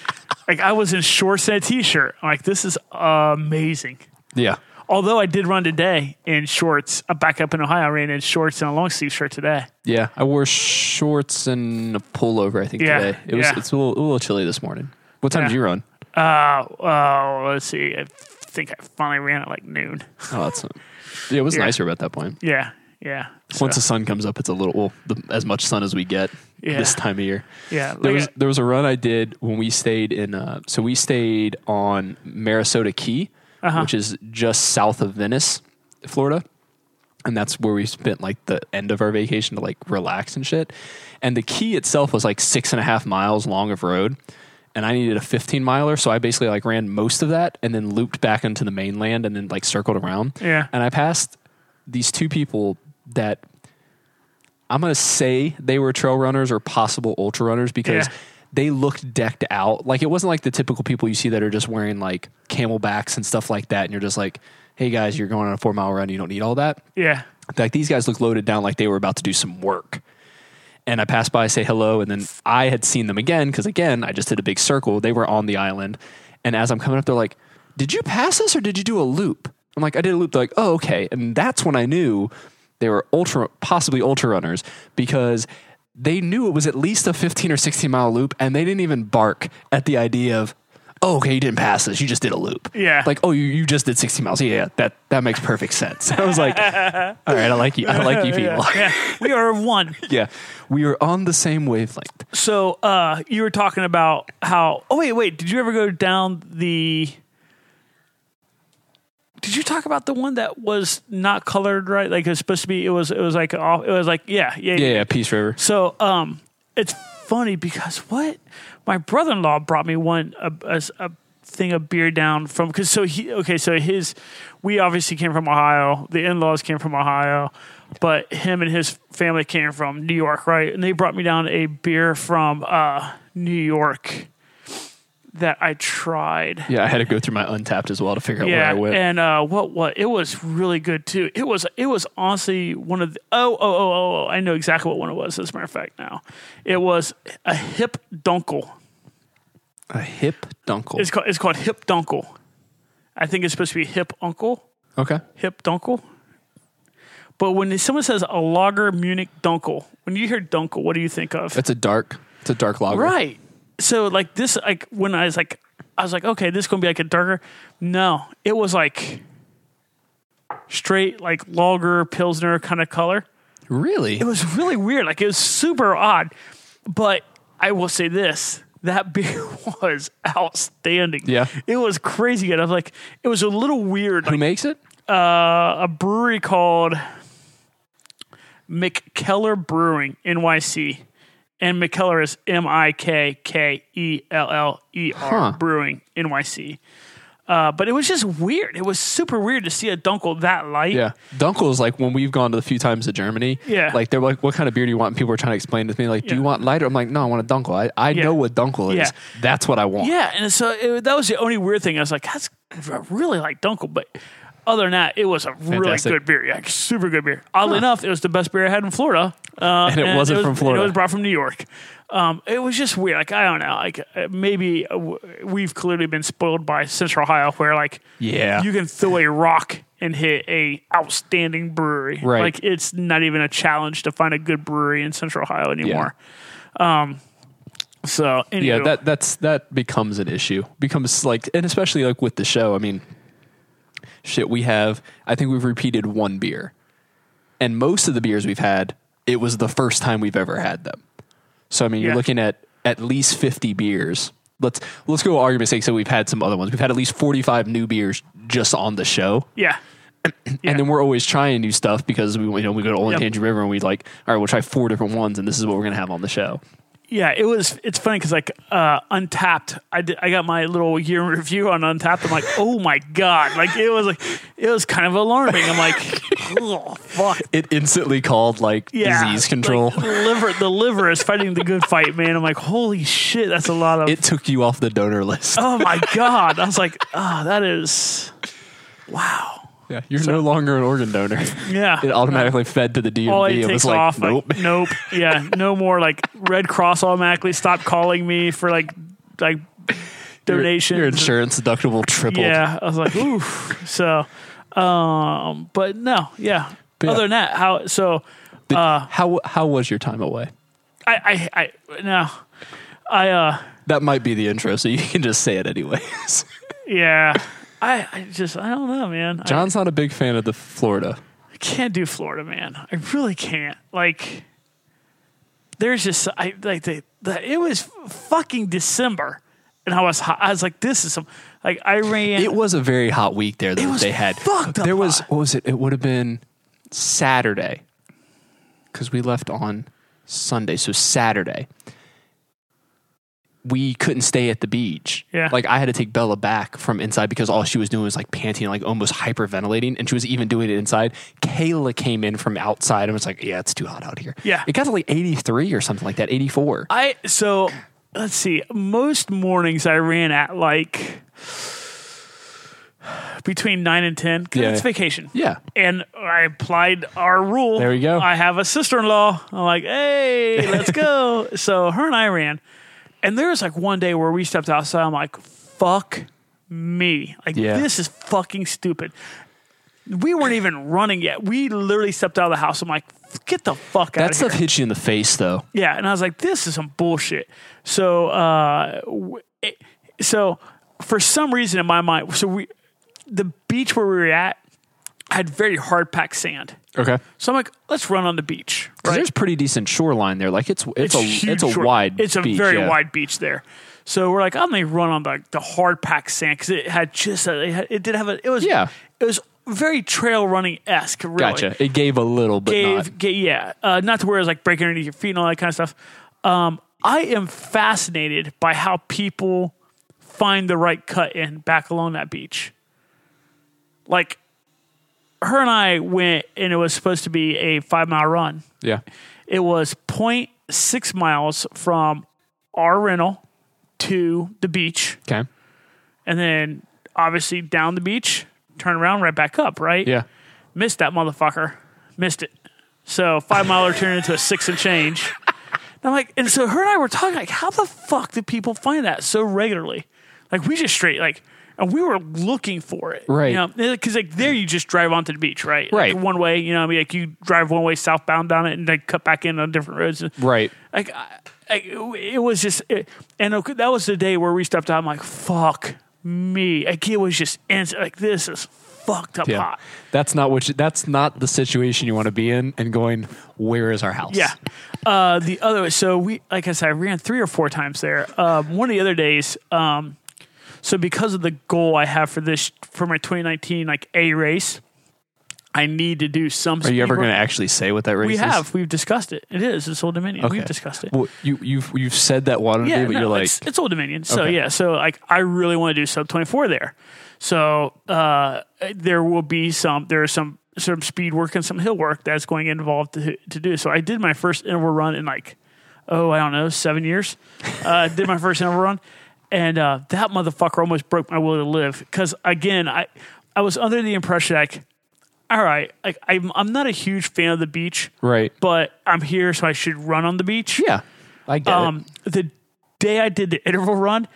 [SPEAKER 1] like I was in shorts and a t-shirt. I'm like this is amazing.
[SPEAKER 2] yeah,
[SPEAKER 1] Although I did run today in shorts, uh, back up in Ohio, I ran in shorts and a long sleeve shirt today.
[SPEAKER 2] yeah. I wore shorts and a pullover. I think
[SPEAKER 1] Yeah,
[SPEAKER 2] today it was
[SPEAKER 1] yeah.
[SPEAKER 2] it's a little, a little chilly this morning. What time
[SPEAKER 1] Yeah.
[SPEAKER 2] did you run?
[SPEAKER 1] Uh, oh, let's see. I think I finally ran at like noon.
[SPEAKER 2] Oh, that's yeah. It was nicer about that point.
[SPEAKER 1] Yeah, yeah. So,
[SPEAKER 2] Once the sun comes up, it's a little well, the, as much sun as we get
[SPEAKER 1] Yeah.
[SPEAKER 2] this time of year.
[SPEAKER 1] yeah, like,
[SPEAKER 2] There
[SPEAKER 1] uh,
[SPEAKER 2] was there was a run I did when we stayed in. Uh, so we stayed on Marisota Key,
[SPEAKER 1] Uh-huh.
[SPEAKER 2] which is just south of Venice, Florida, and that's where we spent like the end of our vacation to like relax and shit. And the key itself was like six and a half miles long of road, and I needed a fifteen miler, so I basically like ran most of that and then looped back into the mainland and then like circled around.
[SPEAKER 1] Yeah.
[SPEAKER 2] and I passed these two people that I'm gonna say they were trail runners or possible ultra runners because
[SPEAKER 1] Yeah.
[SPEAKER 2] they looked decked out. Like it wasn't like the typical people you see that are just wearing like camelbacks and stuff like that, and you're just like, hey guys, you're going on a four mile run, you don't need all that.
[SPEAKER 1] yeah,
[SPEAKER 2] Like these guys looked loaded down like they were about to do some work. And I passed by, say hello, and then I had seen them again because again, I just did a big circle. They were on the island, and as I'm coming up, they're like, "Did you pass us or did you do a loop?" I'm like, "I did a loop." They're like, "Oh, okay." And that's when I knew they were ultra, possibly ultra runners because they knew it was at least a 15 or 16 mile loop, and they didn't even bark at the idea of. Oh, okay, you didn't pass this. You just did a loop.
[SPEAKER 1] Yeah.
[SPEAKER 2] Like, oh, you, you just did 60 miles. Yeah, yeah, that, that makes perfect sense. I was like, all right, I like you. I like you people.
[SPEAKER 1] yeah. We are one.
[SPEAKER 2] yeah. We are on the same wavelength.
[SPEAKER 1] So uh, you were talking about how? Oh wait, wait. Did you ever go down the? Did you talk about the one that was not colored right? Like it was supposed to be. It was. It was like. off- It was like. Yeah. Yeah.
[SPEAKER 2] Yeah, yeah, Peace River.
[SPEAKER 1] So um, it's funny because what my brother in law brought me one a, a, a thing of beer down from because so he okay so his we obviously came from Ohio the in laws came from Ohio but him and his family came from New York right and they brought me down a beer from uh, New York that I tried
[SPEAKER 2] Yeah, I had to go through my untapped as well to figure out where I went.
[SPEAKER 1] and uh, what what it was really good too. It was it was honestly one of the oh oh oh oh, oh I know exactly what one it was. As a matter of fact, now it was a hip dunkel.
[SPEAKER 2] a hip dunkle.
[SPEAKER 1] It's called it's called hip dunkel. I think it's supposed to be hip uncle
[SPEAKER 2] okay.
[SPEAKER 1] hip dunkel. But when someone says a lager Munich dunkel, when you hear dunkel, what do you think of?
[SPEAKER 2] It's a dark. It's a dark lager.
[SPEAKER 1] Right. So like this, like when I was like, I was like, okay, this is gonna be like a darker. No, it was like straight like lager pilsner kind of color.
[SPEAKER 2] Really?
[SPEAKER 1] It was really weird. Like it was super odd. But I will say this: that beer was outstanding.
[SPEAKER 2] Yeah.
[SPEAKER 1] it was crazy good. I was like, it was a little weird.
[SPEAKER 2] Who
[SPEAKER 1] Like
[SPEAKER 2] makes it?
[SPEAKER 1] a brewery called McKellar Brewing NYC, and McKellar is M I K K E L L E
[SPEAKER 2] Huh.
[SPEAKER 1] R Brewing NYC. Uh, but it was just weird. It was super weird to see a dunkel that light.
[SPEAKER 2] Yeah. Dunkel is like when we've gone to the few times to Germany.
[SPEAKER 1] Yeah.
[SPEAKER 2] Like they're like, what kind of beer do you want? And people are trying to explain to me, like, do you
[SPEAKER 1] Yeah.
[SPEAKER 2] want lighter? I'm like, no, I want a dunkel. I, I know what dunkel is.
[SPEAKER 1] Yeah.
[SPEAKER 2] That's what I want.
[SPEAKER 1] Yeah, and so it, that was the only weird thing. I was like, that's I really like Dunkel, but other than that, it was a really
[SPEAKER 2] Fantastic.
[SPEAKER 1] good beer. Yeah, super good beer. Oddly enough, it was the best beer I had in Florida, uh,
[SPEAKER 2] And it wasn't from Florida.
[SPEAKER 1] It was brought from New York. Um, it was just weird. Like I don't know. Like uh, maybe uh, w- we've clearly been spoiled by Central Ohio, where like
[SPEAKER 2] Yeah.
[SPEAKER 1] you can throw a rock and hit a outstanding brewery.
[SPEAKER 2] Right.
[SPEAKER 1] Like it's not even a challenge to find a good brewery in Central Ohio anymore. Um, So anywho,
[SPEAKER 2] yeah, that that's that becomes an issue. Becomes like, and especially like with the show. I mean, shit, we have. I think we've repeated one beer, and most of the beers we've had, it was the first time we've ever had them. So I mean, you're
[SPEAKER 1] Yeah.
[SPEAKER 2] looking at at least fifty beers. Let's let's go argument's sake. So we've had some other ones. We've had at least forty five new beers just on the show.
[SPEAKER 1] yeah, Yeah.
[SPEAKER 2] And then we're always trying new stuff because we you know we go to Old
[SPEAKER 1] Yep.
[SPEAKER 2] Tangy River and we like all right we'll try four different ones and this is what we're gonna have on the show.
[SPEAKER 1] yeah. It was. It's funny because like uh, Untapped, I did, I got my little year in review on Untapped. I'm like, oh my god, like it was like it was kind of alarming. I'm like, oh fuck,
[SPEAKER 2] It instantly called like
[SPEAKER 1] yeah,
[SPEAKER 2] disease
[SPEAKER 1] like,
[SPEAKER 2] control.
[SPEAKER 1] the liver, the liver is fighting the good fight, man. I'm like, holy shit, that's a lot of.
[SPEAKER 2] it took you off the donor list.
[SPEAKER 1] oh my god, I was like, ah, that is, wow,
[SPEAKER 2] yeah, you're no longer an organ donor.
[SPEAKER 1] yeah.
[SPEAKER 2] It automatically fed to the DMV.
[SPEAKER 1] all it,
[SPEAKER 2] it
[SPEAKER 1] takes
[SPEAKER 2] was like,
[SPEAKER 1] off.
[SPEAKER 2] nope.
[SPEAKER 1] Like, nope. Yeah. No more like Red Cross automatically stop calling me for like like
[SPEAKER 2] Your-
[SPEAKER 1] donations.
[SPEAKER 2] Your, insurance deductible tripled.
[SPEAKER 1] Yeah. I was like, oof. So, um, but no, yeah.
[SPEAKER 2] Yeah.
[SPEAKER 1] Other than that, how so
[SPEAKER 2] Did- how how was your time away?
[SPEAKER 1] I I I no. I uh
[SPEAKER 2] That might be the intro, so you can just say it anyways.
[SPEAKER 1] yeah. I, I just I don't know, man. I
[SPEAKER 2] John's not a big fan of the Florida.
[SPEAKER 1] can't do Florida, man. I really can't. Like, there's just I like the, the it was fucking December, and I was hot. I was like, this is some like I ran.
[SPEAKER 2] It was a very hot week there that
[SPEAKER 1] was
[SPEAKER 2] they had.
[SPEAKER 1] fucked up
[SPEAKER 2] there was
[SPEAKER 1] hot.
[SPEAKER 2] what was it? It would have been Saturday because we left on Sunday, so Saturday we couldn't stay at the beach.
[SPEAKER 1] Yeah.
[SPEAKER 2] like I had to take Bella back from inside because all she was doing was like panting, like almost hyperventilating, and she was even doing it inside. Kayla came in from outside and was like, "Yeah, it's too hot out here."
[SPEAKER 1] Yeah.
[SPEAKER 2] it got to like eighty three or something like that, eighty four.
[SPEAKER 1] I so let's see. Most mornings I ran at like between nine and ten because
[SPEAKER 2] Yeah.
[SPEAKER 1] it's vacation.
[SPEAKER 2] Yeah,
[SPEAKER 1] and I applied our rule.
[SPEAKER 2] There we go.
[SPEAKER 1] I have a sister in law. I'm like, hey, let's go. so her and I ran. And there was like one day where we stepped outside. I'm like, fuck me. Like,
[SPEAKER 2] Yeah.
[SPEAKER 1] this is fucking stupid. We weren't even running yet. We literally stepped out of the house. I'm like, get the fuck out
[SPEAKER 2] that
[SPEAKER 1] of
[SPEAKER 2] stuff
[SPEAKER 1] here.
[SPEAKER 2] hits you in the face though.
[SPEAKER 1] Yeah, and I was like, this is some bullshit. So, uh, w- it, so for some reason in my mind, so we, the beach where we were at had very hard packed sand.
[SPEAKER 2] Okay,
[SPEAKER 1] So I'm like, let's run on the beach.
[SPEAKER 2] Because
[SPEAKER 1] Right?
[SPEAKER 2] there's pretty decent shoreline there. Like it's it's, a
[SPEAKER 1] huge
[SPEAKER 2] it's a
[SPEAKER 1] shore-
[SPEAKER 2] wide
[SPEAKER 1] It's a
[SPEAKER 2] beach,
[SPEAKER 1] very
[SPEAKER 2] yeah.
[SPEAKER 1] wide beach there. So we're like, I'm gonna run on the the hard packed sand because it had just a, it, had, it did have a it was
[SPEAKER 2] Yeah.
[SPEAKER 1] it was very trail running esque. Really.
[SPEAKER 2] Gotga. It gave a little, but
[SPEAKER 1] Gave,
[SPEAKER 2] not.
[SPEAKER 1] ga- yeah, uh, not to where it was like breaking underneath your feet and all that kind of stuff. Um, I am fascinated by how people find the right cut in back along that beach. Like, her and I went, and it was supposed to be a five mile run.
[SPEAKER 2] Yeah,
[SPEAKER 1] It was 0.6 miles from our rental to the beach,
[SPEAKER 2] okay,
[SPEAKER 1] and then obviously down the beach, turn around, right back up, right?
[SPEAKER 2] yeah.
[SPEAKER 1] Missed that motherfucker. Missed it. So five miler turned into a six and change. And I'm like, and so her and I were talking like, how the fuck do people find that so regularly? Like we just straight like, and we were looking for it,
[SPEAKER 2] Right.
[SPEAKER 1] You know, because like there you just drive onto the beach, right?
[SPEAKER 2] Right.
[SPEAKER 1] Like, one way, you know, what I mean, like you drive one way southbound down it and then cut back in on different roads.
[SPEAKER 2] Right.
[SPEAKER 1] Like, I, like it was just, it, and okay, that was the day where we stepped out. I'm like, fuck me. Like it was just, ins- like this is fucked up
[SPEAKER 2] Yeah,
[SPEAKER 1] hot.
[SPEAKER 2] that's not what. You, that's not the situation you want to be in. And going, where is our house?
[SPEAKER 1] Yeah. Uh, the other so we like I said, I ran three or four times there. Um, one of the other days, um, so because of the goal I have for this for my 2019 like A race, I need to do some.
[SPEAKER 2] Are you ever going to actually say what that race
[SPEAKER 1] We
[SPEAKER 2] is?
[SPEAKER 1] have. We've discussed it. It is. It's Old Dominion.
[SPEAKER 2] Okay.
[SPEAKER 1] We've discussed it.
[SPEAKER 2] Well, you you've you've said that one
[SPEAKER 1] yeah,
[SPEAKER 2] day, but
[SPEAKER 1] no,
[SPEAKER 2] you're like,
[SPEAKER 1] it's, it's Old Dominion. So
[SPEAKER 2] Okay.
[SPEAKER 1] yeah, so like I really want to do sub 24 there. So uh, there will be some. There are some some speed work and some hill work that's going involved to to do. So I did my first interval run in like oh I don't know seven years. Uh, did my first interval run, and uh, that motherfucker almost broke my will to live because again I I was under the impression like all right like I'm I'm not a huge fan of the beach
[SPEAKER 2] right?
[SPEAKER 1] but I'm here so I should run on the beach
[SPEAKER 2] yeah, I get
[SPEAKER 1] um, the day I did the interval run,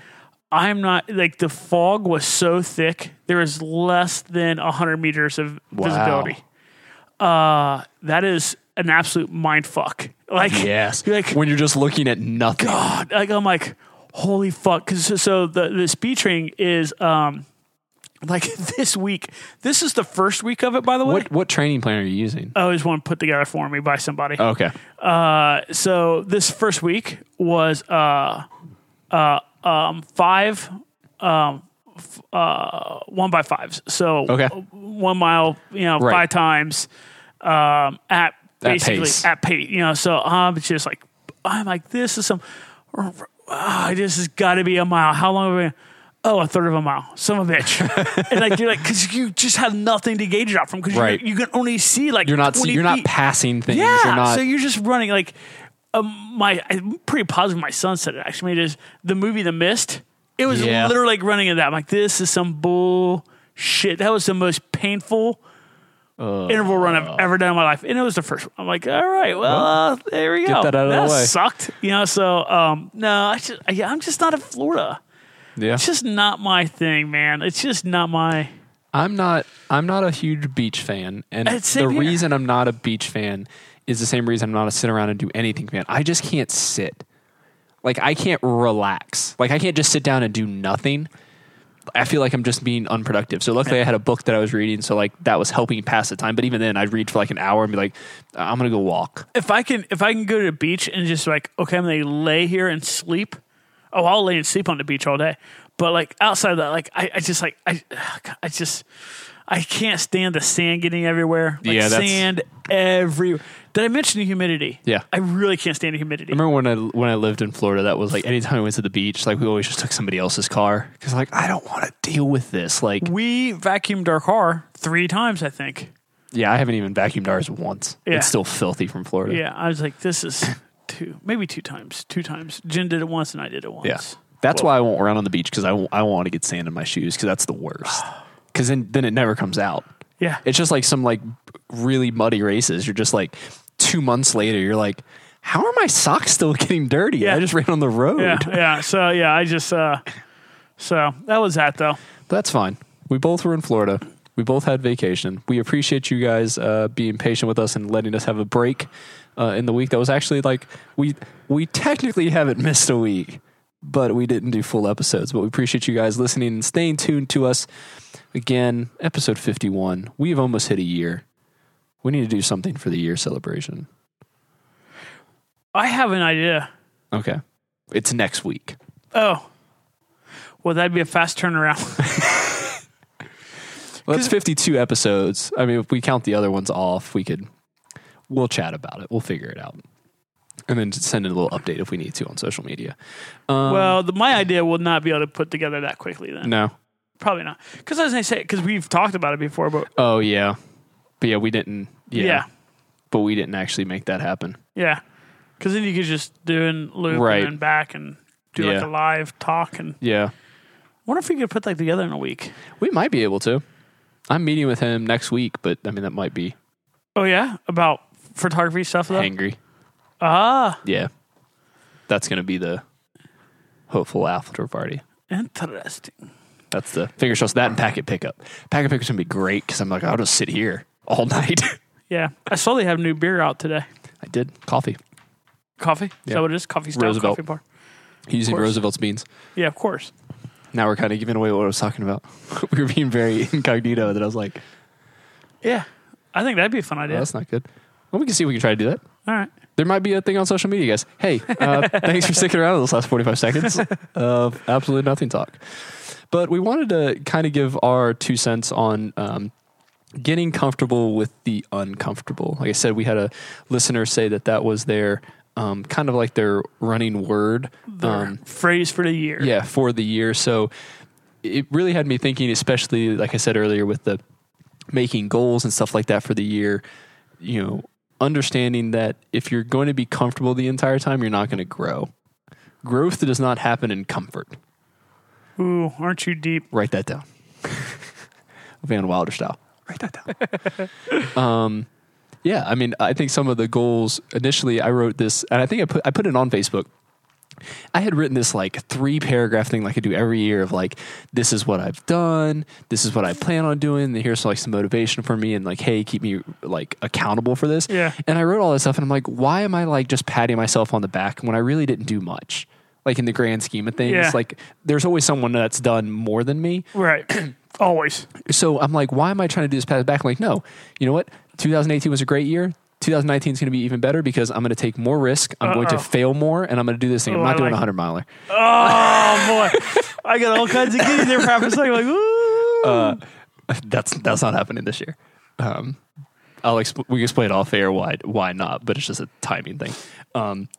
[SPEAKER 1] I'm not like the fog was so thick. There was less than hundred meters of
[SPEAKER 2] Wow.
[SPEAKER 1] visibility. uh, that is an absolute mind fuck. Like
[SPEAKER 2] Yes.
[SPEAKER 1] you're like
[SPEAKER 2] when you're just looking at nothing.
[SPEAKER 1] God, like I'm like, holy fuck. Cause so- so the, the speed train is, um, like this week, this is the first week of it, by the way.
[SPEAKER 2] What what training plan are you using?
[SPEAKER 1] I always want put together for me by somebody.
[SPEAKER 2] okay.
[SPEAKER 1] Uh, so this first week was, uh, uh, um, five, um, f- uh, one by fives. So
[SPEAKER 2] Okay.
[SPEAKER 1] one mile, you know,
[SPEAKER 2] Right.
[SPEAKER 1] five times, um, at basically
[SPEAKER 2] pace.
[SPEAKER 1] at pace, you know, so I'm just like, I'm like, this is some, ah, this has got to be a mile. How long have we? Oh, a third of a mile. Son of a bitch. and like you're like, because you just have nothing to gauge it off from. Because
[SPEAKER 2] Right.
[SPEAKER 1] you, can only see like
[SPEAKER 2] You're not
[SPEAKER 1] 20
[SPEAKER 2] you're not
[SPEAKER 1] feet.
[SPEAKER 2] passing things.
[SPEAKER 1] Yeah.
[SPEAKER 2] You're not
[SPEAKER 1] so you're just running like um, my. I'm pretty positive my son said it actually. It is the movie The Mist. It was
[SPEAKER 2] Yeah.
[SPEAKER 1] literally like running in that. I'm like, this is some bullshit. That was the most painful interval run I've ever done in my life, and it was the first. one. I'm like, all right, well, uh, there we go.
[SPEAKER 2] that out of the way.
[SPEAKER 1] sucked, you know. So um, no, I just, I, I'm just not a Florida.
[SPEAKER 2] yeah.
[SPEAKER 1] It's just not my thing, man. It's just not my.
[SPEAKER 2] I'm not I'm not a huge beach fan, and
[SPEAKER 1] Uh,
[SPEAKER 2] the
[SPEAKER 1] same here.
[SPEAKER 2] reason I'm not a beach fan is the same reason I'm not a sit around and do anything fan. I just can't sit. Like I can't relax. Like I can't just sit down and do nothing. I feel like I'm just being unproductive. So luckily, I had a book that I was reading, so like that was helping pass the time. But even then, I'd read for like an hour and be like, "I'm gonna go walk."
[SPEAKER 1] if I can if I can go to the beach and just like okay, I'm gonna lay here and sleep. Oh, I'll lay and sleep on the beach all day. But like outside of that, like I, I just like I I just I can't stand the sand getting everywhere. Like
[SPEAKER 2] Yeah, that's-
[SPEAKER 1] sand everywhere. Did I mention the humidity?
[SPEAKER 2] Yeah.
[SPEAKER 1] I really can't stand the humidity.
[SPEAKER 2] I remember when I when I lived in Florida, that was like anytime I went to the beach, like we always just took somebody else's car because like I don't want to deal with this. Like,
[SPEAKER 1] We vacuumed our car three times, I think.
[SPEAKER 2] yeah, I haven't even vacuumed ours once.
[SPEAKER 1] Yeah.
[SPEAKER 2] It's still filthy from Florida.
[SPEAKER 1] Yeah, I was like, this is two, maybe two times, two times. Jen did it once, and I did it once.
[SPEAKER 2] Yeah. That's why I won't run on the beach because I, w- I want to get sand in my shoes because that's the worst. Because then, then it never comes out.
[SPEAKER 1] Yeah,
[SPEAKER 2] It's just like some like really muddy races. You're just like two months later, you're like, how are my socks still getting dirty?
[SPEAKER 1] Yeah.
[SPEAKER 2] I just ran on the road.
[SPEAKER 1] yeah, yeah. So yeah, I just uh, so that was that though.
[SPEAKER 2] But that's fine. We both were in Florida. We both had vacation. We appreciate you guys uh, being patient with us and letting us have a break uh, in the week. That was actually like we we technically haven't missed a week, but we didn't do full episodes. But we appreciate you guys listening and staying tuned to us. Again, episode fifty one. We've almost hit a year. We need to do something for the year celebration.
[SPEAKER 1] I have an idea.
[SPEAKER 2] Okay, it's next week.
[SPEAKER 1] Oh, well, that'd be a fast turnaround.
[SPEAKER 2] Well, that's fifty two episodes. I mean, if we count the other ones off, we could. We'll chat about it. We'll figure it out, and then just send in a little update if we need to on social media. Um,
[SPEAKER 1] well, the, my idea will not be able to put together that quickly. Then
[SPEAKER 2] no.
[SPEAKER 1] probably not. Because as I say, because we've talked about it before, but
[SPEAKER 2] Oh yeah, but yeah, we didn't. Yeah,
[SPEAKER 1] yeah,
[SPEAKER 2] but we didn't actually make that happen.
[SPEAKER 1] yeah. Because then you could just do in loop
[SPEAKER 2] Right.
[SPEAKER 1] and then back and do like
[SPEAKER 2] Yeah.
[SPEAKER 1] a live talk. And
[SPEAKER 2] Yeah,
[SPEAKER 1] wonder if we could put that together in a week.
[SPEAKER 2] we might be able to. I'm meeting with him next week, but I mean that might be
[SPEAKER 1] Oh yeah, about photography stuff though.
[SPEAKER 2] angry.
[SPEAKER 1] Ah,
[SPEAKER 2] Yeah, that's gonna be the hopeful after party.
[SPEAKER 1] interesting.
[SPEAKER 2] That's the finger shots. That and packet pickup. Packet pickup's gonna be great because I'm like I'll just sit here all night.
[SPEAKER 1] Yeah, I saw they have new beer out today.
[SPEAKER 2] I did coffee.
[SPEAKER 1] Coffee? Is
[SPEAKER 2] Yeah.
[SPEAKER 1] that what it is? Coffee style
[SPEAKER 2] Roosevelt.
[SPEAKER 1] coffee bar.
[SPEAKER 2] using
[SPEAKER 1] course.
[SPEAKER 2] Roosevelt's beans.
[SPEAKER 1] Yeah, of course.
[SPEAKER 2] Now we're kind of giving away what I was talking about. we were being very incognito. That I was like,
[SPEAKER 1] Yeah, I think that'd be a fun
[SPEAKER 2] oh,
[SPEAKER 1] idea.
[SPEAKER 2] that's not good. Well, we can see if we can try to do that.
[SPEAKER 1] All right.
[SPEAKER 2] There might be a thing on social media, guys. Hey, uh, thanks for sticking around those last 45 seconds of absolutely nothing talk. But we wanted to kind of give our two cents on um, getting comfortable with the uncomfortable. Like I said, we had a listener say that that was their um, kind of like their running word. um,
[SPEAKER 1] phrase for the year.
[SPEAKER 2] yeah for the year so it really had me thinking especially like i said earlier with the making goals and stuff like that for the year you know understanding that if you're going to be comfortable the entire time you're not going to grow growth does not happen in comfort
[SPEAKER 1] Ooh, aren't you deep?
[SPEAKER 2] write that down van wilder style Um, write that down um yeah i mean i think some of the goals initially i wrote this and i think i put i put it on facebook I had written this like three paragraph thing like I do every year of like this is what I've done, this is what I plan on doing, and here's like some motivation for me and like hey, keep me like accountable for this.
[SPEAKER 1] Yeah.
[SPEAKER 2] And I wrote all this stuff and I'm like, why am I like just patting myself on the back when I really didn't do much? Like in the grand scheme of things,
[SPEAKER 1] Yeah.
[SPEAKER 2] like there's always someone that's done more than me.
[SPEAKER 1] Right. Always.
[SPEAKER 2] So I'm like, why am I trying to do this pat back? I'm like, no, you know what? 2018 was a great year. 2019 is going to be even better because I'm going to take more risk. I'm going to
[SPEAKER 1] Uh-oh.
[SPEAKER 2] fail more, and I'm going to do this thing.
[SPEAKER 1] Oh,
[SPEAKER 2] I'm not
[SPEAKER 1] I
[SPEAKER 2] doing a
[SPEAKER 1] like-
[SPEAKER 2] 100 miler.
[SPEAKER 1] Oh boy, I got all kinds of giddy there for half a second. Like, ooh.
[SPEAKER 2] Uh, that's that's not happening this year. Um, I'll expl- we can explain off air why why not, but it's just a timing thing. Um,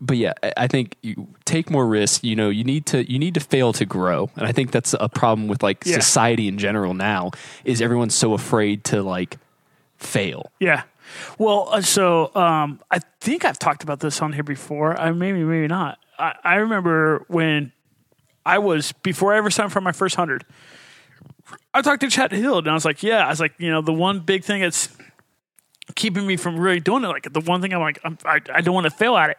[SPEAKER 2] but yeah, I- I think you take more risks. You know, you need to you need to fail to grow, and I think that's a problem with like
[SPEAKER 1] Yeah.
[SPEAKER 2] society in general now. Is everyone's so afraid to like fail?
[SPEAKER 1] yeah. Well, uh, so um, I think I've talked about this on here before. I maybe maybe not. I, I remember when I was before I ever signed for my first hundred. I talked to Chad Hill and I was like, yeah, I was like, you know, the one big thing that's keeping me from really doing it, like the one thing I'm like, I'm, I, I don't want to fail at it.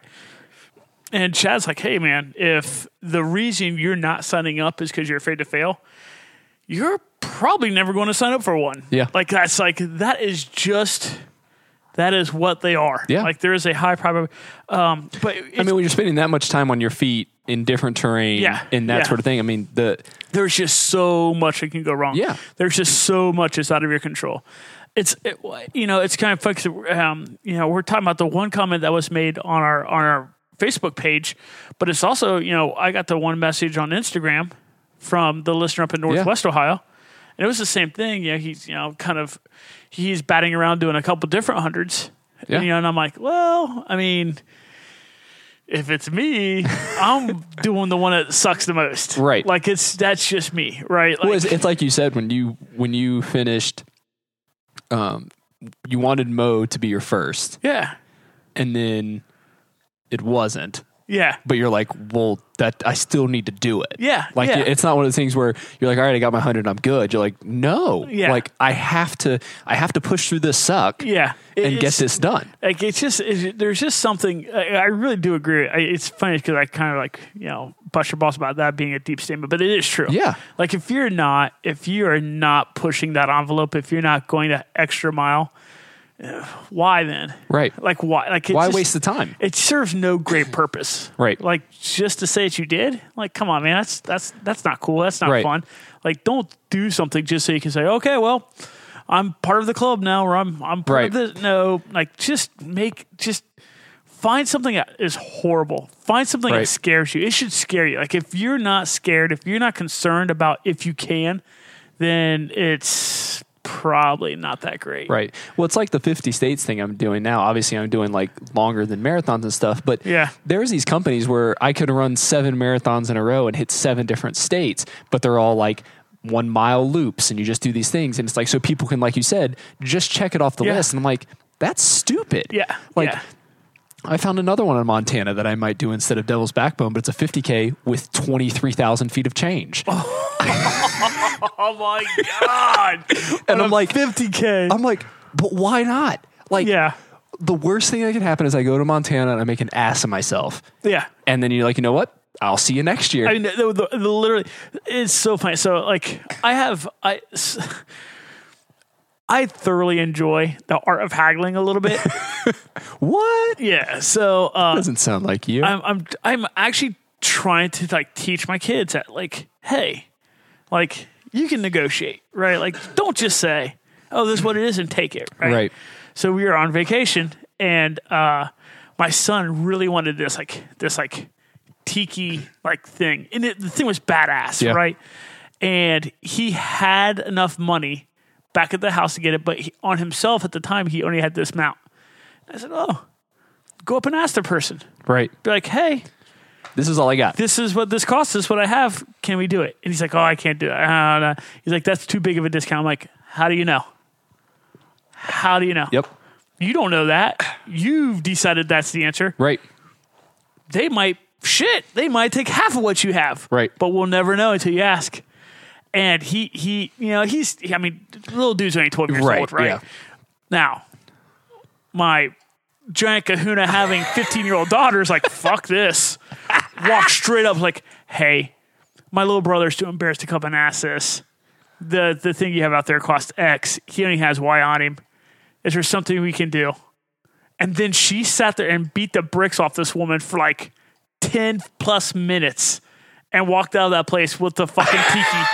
[SPEAKER 1] And Chad's like, hey, man, if the reason you're not signing up is because you're afraid to fail, you're probably never going to sign up for one.
[SPEAKER 2] Yeah.
[SPEAKER 1] Like, that's like, that is just, that is what they are.
[SPEAKER 2] Yeah.
[SPEAKER 1] Like, there is a high probability. Um, but
[SPEAKER 2] I mean, when you're spending that much time on your feet in different terrain
[SPEAKER 1] Yeah,
[SPEAKER 2] and that
[SPEAKER 1] yeah.
[SPEAKER 2] sort of thing, I mean, the
[SPEAKER 1] there's just so much that can go wrong.
[SPEAKER 2] Yeah.
[SPEAKER 1] there's just so much that's out of your control. It's it, you know it's kind of fucks. Um, you know we're talking about the one comment that was made on our on our Facebook page, but it's also you know I got the one message on Instagram from the listener up in Northwest Ohio, and it was the same thing. You know he's you know kind of he's batting around doing a couple different hundreds.
[SPEAKER 2] Yeah.
[SPEAKER 1] You know, and I'm like, well, I mean, if it's me, I'm doing the one that sucks the most.
[SPEAKER 2] Right.
[SPEAKER 1] Like it's that's just me, right? Like,
[SPEAKER 2] well, it's, it's like you said when you when you finished, um, you wanted Mo to be your first,
[SPEAKER 1] yeah.
[SPEAKER 2] and then it wasn't.
[SPEAKER 1] Yeah.
[SPEAKER 2] But you're like, well, that I still need to do it.
[SPEAKER 1] Yeah,
[SPEAKER 2] like
[SPEAKER 1] yeah.
[SPEAKER 2] it's not one of those things where you're like, all right, I got my hundred, I'm good. You're like, no,
[SPEAKER 1] Yeah.
[SPEAKER 2] like I have to, I have to push through this suck,
[SPEAKER 1] Yeah. It-
[SPEAKER 2] and get
[SPEAKER 1] it's-
[SPEAKER 2] this done.
[SPEAKER 1] Like it's just it's, there's just something I, I really do agree. I, it's funny because I kind of like you know bust your balls about that being a deep statement, but it is true.
[SPEAKER 2] Yeah.
[SPEAKER 1] Like if you're not if you are not pushing that envelope, if you're not going that extra mile, eh, why then?
[SPEAKER 2] Right?
[SPEAKER 1] Like why? Like it's
[SPEAKER 2] Why
[SPEAKER 1] just-
[SPEAKER 2] waste the time?
[SPEAKER 1] It serves no great purpose.
[SPEAKER 2] Right.
[SPEAKER 1] Like just to say that you did. Like come on, man. That's that's that's not cool. That's not
[SPEAKER 2] Right.
[SPEAKER 1] fun. Like don't do something just so you can say, okay, well, I'm part of the club now, or I'm I'm part of
[SPEAKER 2] Right.
[SPEAKER 1] this. No, like just make just find something that is horrible. Find something that
[SPEAKER 2] Right.
[SPEAKER 1] scares you. It should scare you. Like if you're not scared, if you're not concerned about if you can, then it's probably not that great.
[SPEAKER 2] Right. Well, it's like the 50 states thing I'm doing now. Obviously, I'm doing like longer than marathons and stuff, but
[SPEAKER 1] Yeah.
[SPEAKER 2] there's these companies where I could run seven marathons in a row and hit seven different states, but they're all like one mile loops and you just do these things. And it's like, so people can, like you said, just check it off the
[SPEAKER 1] Yeah.
[SPEAKER 2] list. And I'm like, that's stupid.
[SPEAKER 1] Yeah.
[SPEAKER 2] Like,
[SPEAKER 1] yeah.
[SPEAKER 2] I found another one in Montana that I might do instead of Devil's Backbone, but it's a 50K with 23,000 feet of change.
[SPEAKER 1] Oh my god!
[SPEAKER 2] and I'm like,
[SPEAKER 1] 50k.
[SPEAKER 2] I'm like, but why not? Like,
[SPEAKER 1] yeah,
[SPEAKER 2] the worst thing that could happen is I go to Montana and I make an ass of myself.
[SPEAKER 1] yeah.
[SPEAKER 2] And then you're like, you know what? I'll see you next year.
[SPEAKER 1] I mean, the, the, the literally, it's so funny. So, like, I have I, s- I thoroughly enjoy the art of haggling a little bit.
[SPEAKER 2] what?
[SPEAKER 1] yeah. So, uh,
[SPEAKER 2] Doesn't sound like you.
[SPEAKER 1] I'm I'm I'm actually trying to like teach my kids that like, hey, like you can negotiate, right? Like, don't just say, oh, this is what it is, and take it, right?
[SPEAKER 2] Right.
[SPEAKER 1] So we were on vacation, and uh, my son really wanted this like this like tiki like thing, and it, the thing was badass,
[SPEAKER 2] Yeah.
[SPEAKER 1] right? And he had enough money back at the house to get it, but he, on himself at the time he only had this amount. I said, "Oh, go up and ask the person."
[SPEAKER 2] right.
[SPEAKER 1] Be like, "Hey,
[SPEAKER 2] This is all I got.
[SPEAKER 1] this is what this costs. This is what I have. Can we do it? And he's like, oh, I can't do it. I don't know. He's like, that's too big of a discount. I'm like, how do you know? How do you know?
[SPEAKER 2] yep.
[SPEAKER 1] You don't know that. You've decided that's the answer.
[SPEAKER 2] Right.
[SPEAKER 1] They might, shit, they might take half of what you have.
[SPEAKER 2] Right.
[SPEAKER 1] But we'll never know until you ask. And he, he, you know, he's, I mean, little dude's only 12 years
[SPEAKER 2] Right,
[SPEAKER 1] old, right?
[SPEAKER 2] yeah.
[SPEAKER 1] Now, my giant kahuna having 15 year old daughters like, fuck this. Walk straight up, like, hey, my little brother's too embarrassed to come and ask this. The, the thing you have out there costs X. He only has Y on him. Is there something we can do? And then she sat there and beat the bricks off this woman for like 10 plus minutes and walked out of that place with the fucking tiki.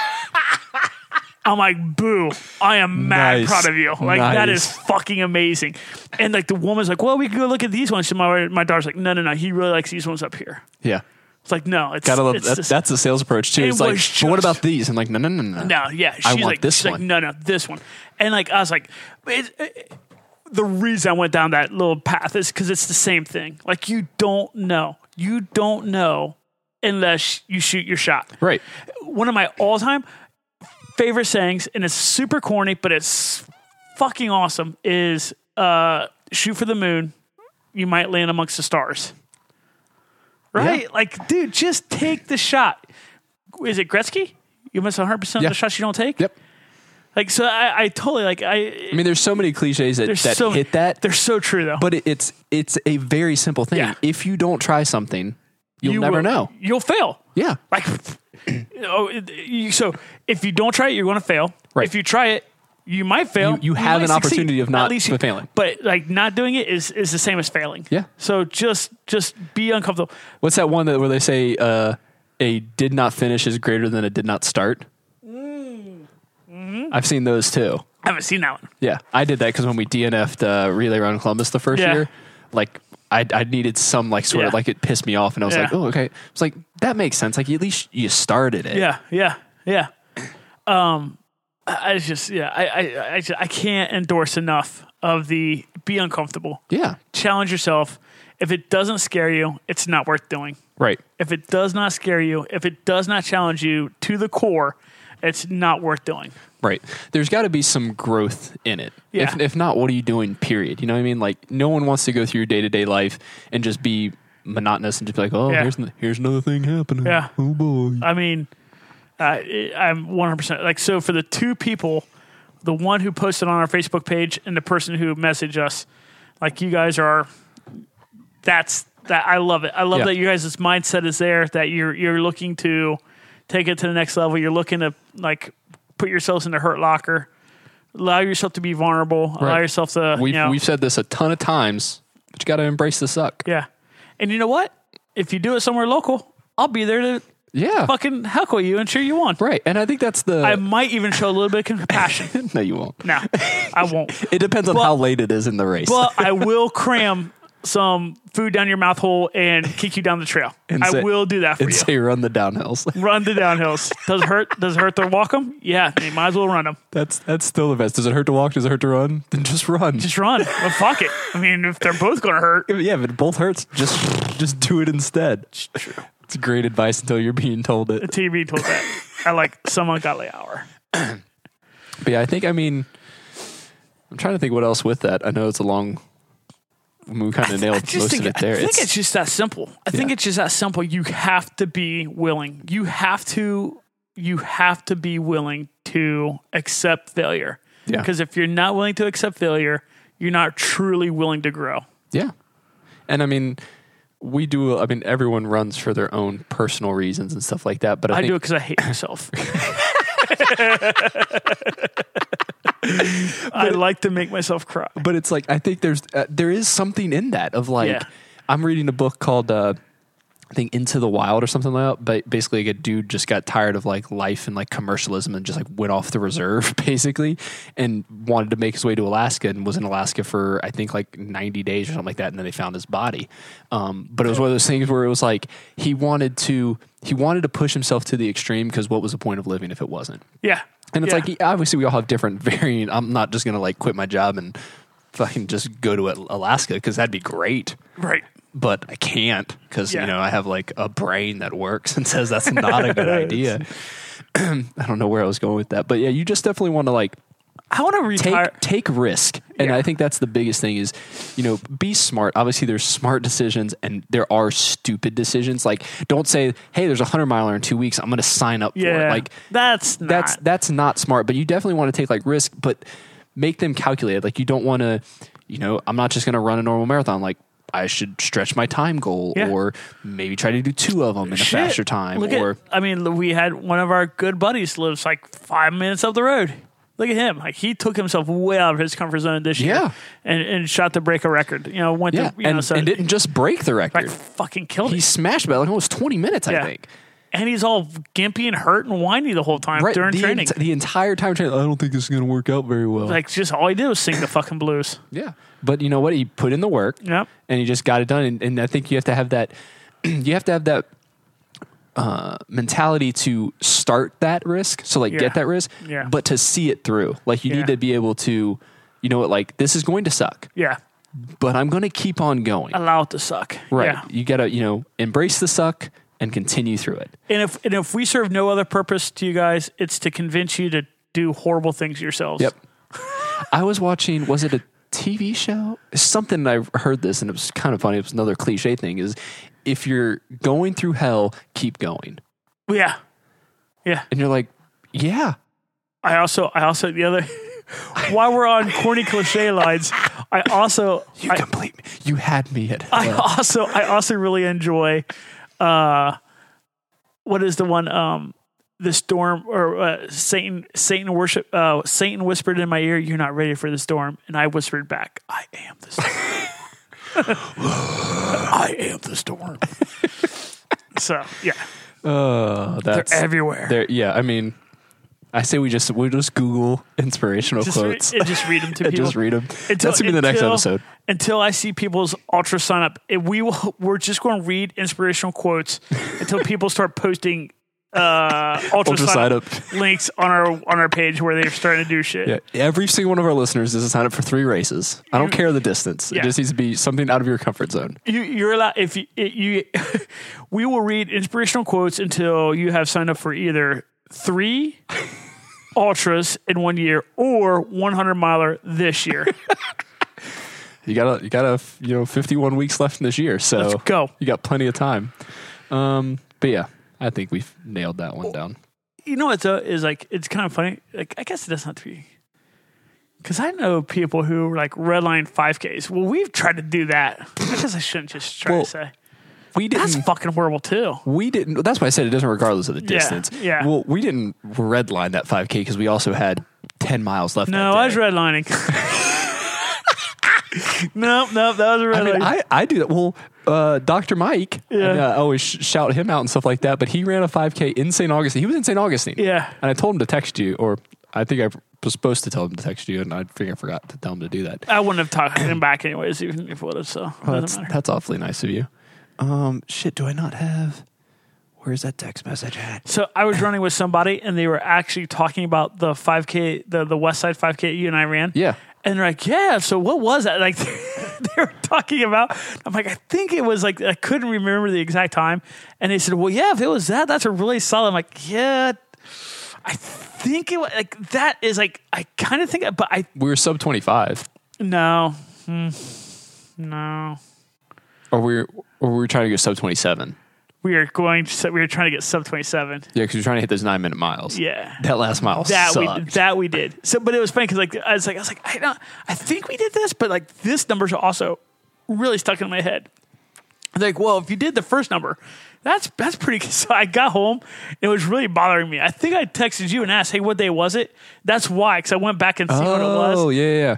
[SPEAKER 1] I'm like, boo, I am mad
[SPEAKER 3] Nice.
[SPEAKER 1] proud of you. Like, that is
[SPEAKER 3] Nice.
[SPEAKER 1] fucking amazing. And like, the woman's like, well, we can go look at these ones. And my, my daughter's like, no, no, no, he really likes these ones up here.
[SPEAKER 2] Yeah.
[SPEAKER 1] It's like, no, it's,
[SPEAKER 2] Gotta love
[SPEAKER 1] it's
[SPEAKER 2] that,
[SPEAKER 1] this-
[SPEAKER 2] that's the sales approach too.
[SPEAKER 1] It
[SPEAKER 2] It's like,
[SPEAKER 1] was
[SPEAKER 2] but what
[SPEAKER 1] just-
[SPEAKER 2] about these? I'm like, no, no, no, no.
[SPEAKER 1] no, yeah. She's
[SPEAKER 2] I want
[SPEAKER 1] like,
[SPEAKER 2] this
[SPEAKER 1] she's like,
[SPEAKER 2] one.
[SPEAKER 1] no, no, this one. And like, I was like, it, it- the reason I went down that little path is because it's the same thing. Like, you don't know. You don't know unless you shoot your shot.
[SPEAKER 2] Right.
[SPEAKER 1] One of my all time favorite sayings, and it's super corny, but it's fucking awesome, is uh, shoot for the moon. You might land amongst the stars. Right? Like, dude, just take the shot. Is it Gretzky? You miss 100%
[SPEAKER 2] Yeah.
[SPEAKER 1] of the shots you don't take?
[SPEAKER 2] Yep.
[SPEAKER 1] Like, so I, I totally, like, I,
[SPEAKER 2] I mean, there's so many cliches that,
[SPEAKER 1] there's
[SPEAKER 2] that
[SPEAKER 1] so,
[SPEAKER 2] hit that,
[SPEAKER 1] They're so true, though.
[SPEAKER 2] but it, it's it's a very simple thing.
[SPEAKER 1] Yeah.
[SPEAKER 2] If you don't try something, you'll
[SPEAKER 1] You
[SPEAKER 2] never
[SPEAKER 1] will-
[SPEAKER 2] know.
[SPEAKER 1] You'll fail.
[SPEAKER 2] Yeah.
[SPEAKER 1] Like, oh, it- you- so if you don't try it, you're going to fail.
[SPEAKER 2] Right.
[SPEAKER 1] If you try it, you might fail.
[SPEAKER 2] You- you have
[SPEAKER 1] might
[SPEAKER 2] an opportunity of not
[SPEAKER 1] At least you-
[SPEAKER 2] failing.
[SPEAKER 1] But like not doing it is is the same as failing.
[SPEAKER 2] Yeah.
[SPEAKER 1] So just just be uncomfortable.
[SPEAKER 2] What's that one that where they say uh, a did not finish is greater than a did not start?
[SPEAKER 1] Mm. Mm-hmm.
[SPEAKER 2] I've seen those too.
[SPEAKER 1] I haven't seen that one.
[SPEAKER 2] Yeah, I did that because when we DNF'd uh, relay around Columbus the first
[SPEAKER 1] Yeah.
[SPEAKER 2] year, like I, I needed some like sort of
[SPEAKER 1] Yeah.
[SPEAKER 2] like it pissed me off, and I was like,
[SPEAKER 1] Yeah.
[SPEAKER 2] oh okay, it's like that makes sense. Like at least you started it.
[SPEAKER 1] Yeah. Yeah. Yeah. Um, I I just yeah I I I, just, I can't endorse enough of the be uncomfortable.
[SPEAKER 2] yeah,
[SPEAKER 1] Challenge yourself. If it doesn't scare you, it's not worth doing.
[SPEAKER 2] right.
[SPEAKER 1] if it does not scare you, if it does not challenge you to the core, it's not worth doing.
[SPEAKER 2] Right. There's got to be some growth in it.
[SPEAKER 1] Yeah.
[SPEAKER 2] If, if not, what are you doing, period? You know what I mean? Like, no one wants to go through your day to day life and just be monotonous and just be like, oh,
[SPEAKER 1] Yeah.
[SPEAKER 2] here's, an- here's another thing happening.
[SPEAKER 1] Yeah.
[SPEAKER 2] Oh, boy.
[SPEAKER 1] I mean, uh, it- I'm 100% like so for the two people, the one who posted on our Facebook page and the person who messaged us, like you guys are that's that I love it. I love
[SPEAKER 2] Yeah.
[SPEAKER 1] that you guys' mindset is there that you're you're looking to take it to the next level. You're looking to like put yourselves in the hurt locker. Allow yourself to be vulnerable. Allow
[SPEAKER 2] Right.
[SPEAKER 1] yourself to
[SPEAKER 2] We've,
[SPEAKER 1] you know,
[SPEAKER 2] we've said this a ton of times, but you got to embrace the suck.
[SPEAKER 1] Yeah. And you know what? If you do it somewhere local, I'll be there to
[SPEAKER 2] Yeah.
[SPEAKER 1] fucking heckle you and cheer you on.
[SPEAKER 2] Right. And I think that's the.
[SPEAKER 1] I might even show a little bit of compassion.
[SPEAKER 2] no, you won't.
[SPEAKER 1] no, I won't.
[SPEAKER 2] It depends on how late it is in the race.
[SPEAKER 1] But I will cram some food down your mouth hole and kick you down the trail.
[SPEAKER 2] And say-
[SPEAKER 1] I will do that for you.
[SPEAKER 2] and say run the downhills.
[SPEAKER 1] run the downhills. Does it hurt? Does it hurt to walk them? Yeah, you might as well run them.
[SPEAKER 2] that's that's still the best. Does it hurt to walk? Does it hurt to run? Then just run.
[SPEAKER 1] Just run. Well, fuck it. I mean, if they're both going to hurt,
[SPEAKER 2] yeah, if it both hurts, just just do it instead. It's true. It's great advice until you're being told it.
[SPEAKER 1] TV told that at like some ungodly hour.
[SPEAKER 2] But yeah, I think I mean, I'm trying to think what else with that. I know it's a long. We kind of nailed most
[SPEAKER 1] think,
[SPEAKER 2] of it there.
[SPEAKER 1] I think it's,
[SPEAKER 2] It's-
[SPEAKER 1] just that simple. I think
[SPEAKER 2] Yeah.
[SPEAKER 1] it's just that simple. You have to be willing. You have to you have to be willing to accept failure.
[SPEAKER 2] Yeah.
[SPEAKER 1] Because if you're not willing to accept failure, you're not truly willing to grow.
[SPEAKER 2] yeah, and I mean, we do. I mean, everyone runs for their own personal reasons and stuff like that. But I,
[SPEAKER 1] I
[SPEAKER 2] think
[SPEAKER 1] do it because I hate myself. I like to make myself cry.
[SPEAKER 2] but it's like I think there's uh, there is something in that of like
[SPEAKER 1] Yeah.
[SPEAKER 2] I'm reading a book called uh, I think Into the Wild or something like that. But basically, like a dude just got tired of like life and like commercialism and just like went off the reserve basically and wanted to make his way to Alaska and was in Alaska for I think like 90 days or something like that. And then they found his body. Um, but it was one of those things where it was like he wanted to he wanted to push himself to the extreme because what was the point of living if it wasn't?
[SPEAKER 1] Yeah.
[SPEAKER 2] And it's
[SPEAKER 1] Yeah.
[SPEAKER 2] like obviously we all have different varying. I'm not just gonna like quit my job and fucking just go to Al- Alaska because that'd be great,
[SPEAKER 1] right.
[SPEAKER 2] but I can't because
[SPEAKER 1] Yeah.
[SPEAKER 2] you know I have like a brain that works and says that's not a good idea. I don't know where I was going with that, but yeah, you just definitely want to like
[SPEAKER 1] I want to
[SPEAKER 2] take
[SPEAKER 1] retire.
[SPEAKER 2] take risk, and
[SPEAKER 1] Yeah.
[SPEAKER 2] I think that's the biggest thing is you know be smart. Obviously, there's smart decisions and there are stupid decisions. Like don't say, hey, there's a hundred miler in two weeks. I'm gonna sign up for
[SPEAKER 1] yeah.
[SPEAKER 2] it. Like
[SPEAKER 1] that's not.
[SPEAKER 2] that's that's not smart but you definitely want to take like risk but make them calculated like you don't want to you know, I'm not just going to run a normal marathon. Like, I should stretch my time goal
[SPEAKER 1] Yeah.
[SPEAKER 2] or maybe try to do two of them in
[SPEAKER 1] Shit.
[SPEAKER 2] a faster time.
[SPEAKER 1] Look
[SPEAKER 2] or,
[SPEAKER 1] at, I mean, we had one of our good buddies lives like five minutes up the road. Look at him! Like he took himself way out of his comfort zone this
[SPEAKER 2] Yeah.
[SPEAKER 1] year, and and shot to break a record. You know, went
[SPEAKER 2] yeah,
[SPEAKER 1] to you
[SPEAKER 2] and,
[SPEAKER 1] know, so
[SPEAKER 2] and didn't just break the
[SPEAKER 1] like
[SPEAKER 2] record.
[SPEAKER 1] fucking killed
[SPEAKER 2] He
[SPEAKER 1] it.
[SPEAKER 2] smashed by like almost 20 minutes, I
[SPEAKER 1] Yeah.
[SPEAKER 2] think.
[SPEAKER 1] And he's all gimpy and hurt and whiny the whole time during
[SPEAKER 2] the
[SPEAKER 1] training.
[SPEAKER 2] ent- the entire time training, I don't think this is going to work out very well.
[SPEAKER 1] like just all he did was sing the fucking blues.
[SPEAKER 2] yeah. But you know what? He put in the work.
[SPEAKER 1] Yep.
[SPEAKER 2] and he just got it done. And, and I think you have to have that. You have to have that uh, mentality to start that risk. So like
[SPEAKER 1] Yeah.
[SPEAKER 2] get that risk,
[SPEAKER 1] Yeah.
[SPEAKER 2] but to see it through. Like you
[SPEAKER 1] Yeah.
[SPEAKER 2] need to be able to, you know what? Like this is going to suck,
[SPEAKER 1] Yeah.
[SPEAKER 2] but I'm going to keep on going.
[SPEAKER 1] Allow it to suck.
[SPEAKER 2] right.
[SPEAKER 1] Uh, Yeah.
[SPEAKER 2] You got to you know embrace the suck and continue through it.
[SPEAKER 1] And if and if we serve no other purpose to you guys, it's to convince you to do horrible things yourselves.
[SPEAKER 2] Yep. I was watching. Was it a TV show? Something I heard this, and it was kind of funny. It was another cliche thing: is if you're going through hell, keep going.
[SPEAKER 1] Yeah. Yeah.
[SPEAKER 2] And you're like, yeah,
[SPEAKER 1] I also I also the other while we're on corny cliche lines, I also
[SPEAKER 2] You
[SPEAKER 1] I,
[SPEAKER 2] complete me. You had me at
[SPEAKER 1] I also I also really enjoy uh what is the one um the storm or uh, Satan Satan worship uh Satan whispered in my ear you're not ready for the storm and I whispered back I am the storm. I am the storm. so, yeah,
[SPEAKER 2] Oh, that's
[SPEAKER 1] they're everywhere.
[SPEAKER 2] there. Yeah, I mean, I say we just we just Google inspirational
[SPEAKER 1] just, re-
[SPEAKER 2] quotes
[SPEAKER 1] and just read them to
[SPEAKER 2] and
[SPEAKER 1] people.
[SPEAKER 2] just read them.
[SPEAKER 1] until,
[SPEAKER 2] that's gonna be the next
[SPEAKER 1] until-
[SPEAKER 2] episode.
[SPEAKER 1] Until I see people's ultra sign up, It- we will. We're just going to read inspirational quotes until people start posting uh, ultra,
[SPEAKER 2] Ultra
[SPEAKER 1] sign
[SPEAKER 2] sign
[SPEAKER 1] up
[SPEAKER 2] up.
[SPEAKER 1] links on our on our page where they're starting to do shit.
[SPEAKER 2] Yeah, every single one of our listeners is to sign up for three races. I don't care the distance.
[SPEAKER 1] Yeah.
[SPEAKER 2] It just needs to be something out of your comfort zone.
[SPEAKER 1] You, you're allowed if you, it, you. we will read inspirational quotes until you have signed up for either three. Ultras in one year or 100 miler this year.
[SPEAKER 2] You got to you got to you know 51 weeks left in this year, so
[SPEAKER 1] Let's go.
[SPEAKER 2] You got plenty of time. Um, but yeah, I think we've nailed that one down.
[SPEAKER 1] you know what though is like it's kind of funny. Like I guess it doesn't have to be because I know people who like redline five Ks. Well, we've tried to do that. I guess I shouldn't just try
[SPEAKER 2] Well, mm.
[SPEAKER 1] to say
[SPEAKER 2] We didn't
[SPEAKER 1] that's fucking horrible too.
[SPEAKER 2] we didn't that's why i said it doesn't regardless of the distance
[SPEAKER 1] yeah.
[SPEAKER 2] well we didn't redline that 5k because we also had 10 miles left
[SPEAKER 1] No,
[SPEAKER 2] that
[SPEAKER 1] I was
[SPEAKER 2] day.
[SPEAKER 1] redlining. nope, nope, that was a
[SPEAKER 2] I
[SPEAKER 1] redline.
[SPEAKER 2] mean, I, I do that. Well, uh, Dr. Mike,
[SPEAKER 1] Yeah.
[SPEAKER 2] and, uh, I always sh- shout him out and stuff like that, but he ran a 5K in St. Augustine. He was in St. Augustine.
[SPEAKER 1] Yeah.
[SPEAKER 2] And I told him to text you, or I think I was supposed to tell him to text you, and I think I forgot to tell him to do that.
[SPEAKER 1] I wouldn't have talked him back anyways, even if it would have. So it
[SPEAKER 2] Well, Oh, that's,
[SPEAKER 1] doesn't matter.
[SPEAKER 2] that's awfully nice of you. Um, shit, do I not have. Where's that text message at?
[SPEAKER 1] So I was running with somebody, and they were actually talking about the five K, the the West Side five K you and I ran.
[SPEAKER 2] Yeah.
[SPEAKER 1] And they're like, yeah, so what was that? Like, they were talking about, I'm like, I think it was like, I couldn't remember the exact time. And they said, well, yeah, if it was that, that's a really solid. I'm like, yeah, I think it was like, that is like, I kind of think, but I,
[SPEAKER 2] We were sub 25.
[SPEAKER 1] no, Hmm. no.
[SPEAKER 2] Or we were, or we were trying to go sub 27.
[SPEAKER 1] We are going to, we are trying to get sub 27.
[SPEAKER 2] Yeah, because you're trying to hit those nine minute miles.
[SPEAKER 1] Yeah.
[SPEAKER 2] That last mile
[SPEAKER 1] That we
[SPEAKER 2] sucked.
[SPEAKER 1] that we did. So, but it was funny because like I was like I was like I don't I think we did this, but like this number's also really stuck in my head. They're like, well, if you did the first number, that's that's pretty. Good. So I got home, and it was really bothering me. I think I texted you and asked, hey, what day was it? That's why, because I went back and see what it
[SPEAKER 2] oh,
[SPEAKER 1] was.
[SPEAKER 2] yeah, yeah, yeah.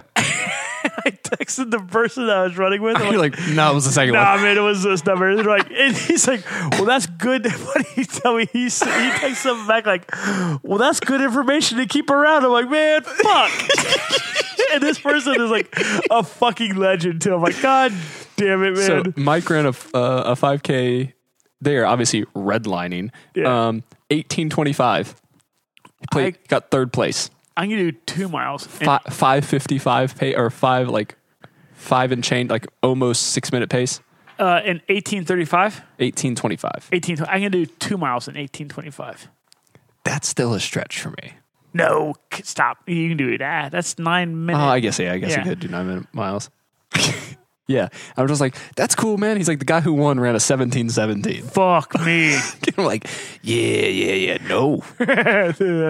[SPEAKER 1] I texted the person that I was running with. I'm
[SPEAKER 2] You're
[SPEAKER 1] like,
[SPEAKER 2] like, no, it was the second
[SPEAKER 1] Nah,
[SPEAKER 2] one.
[SPEAKER 1] Oh, man, it was this number. They're like, and he's like, well, that's good. What do you tell me? He s- he takes something back like, well, that's good information to keep around. I'm like, man, fuck. and this person is like a fucking legend too. I'm like, god damn it, man.
[SPEAKER 2] So Mike ran a, f- uh, a 5K there, obviously redlining.
[SPEAKER 1] Yeah.
[SPEAKER 2] Um, 1825. He played,
[SPEAKER 1] I-
[SPEAKER 2] got third place.
[SPEAKER 1] I'm gonna do two miles. And
[SPEAKER 2] Fi 555 pay, or five, like, five and change, like almost six minute pace.
[SPEAKER 1] uh, in 1835,
[SPEAKER 2] 1825.
[SPEAKER 1] 18. I'm gonna do two miles in 1825.
[SPEAKER 2] That's still a stretch for me.
[SPEAKER 1] No, k- stop. You can do that. That's nine
[SPEAKER 2] Oh,
[SPEAKER 1] minutes.
[SPEAKER 2] I guess, yeah, I guess
[SPEAKER 1] Yeah.
[SPEAKER 2] I could do nine minute miles. Yeah. I was just like, that's cool, man. He's like, the guy who won ran a 1717.
[SPEAKER 1] Fuck me.
[SPEAKER 2] I'm like, yeah, yeah, yeah, no.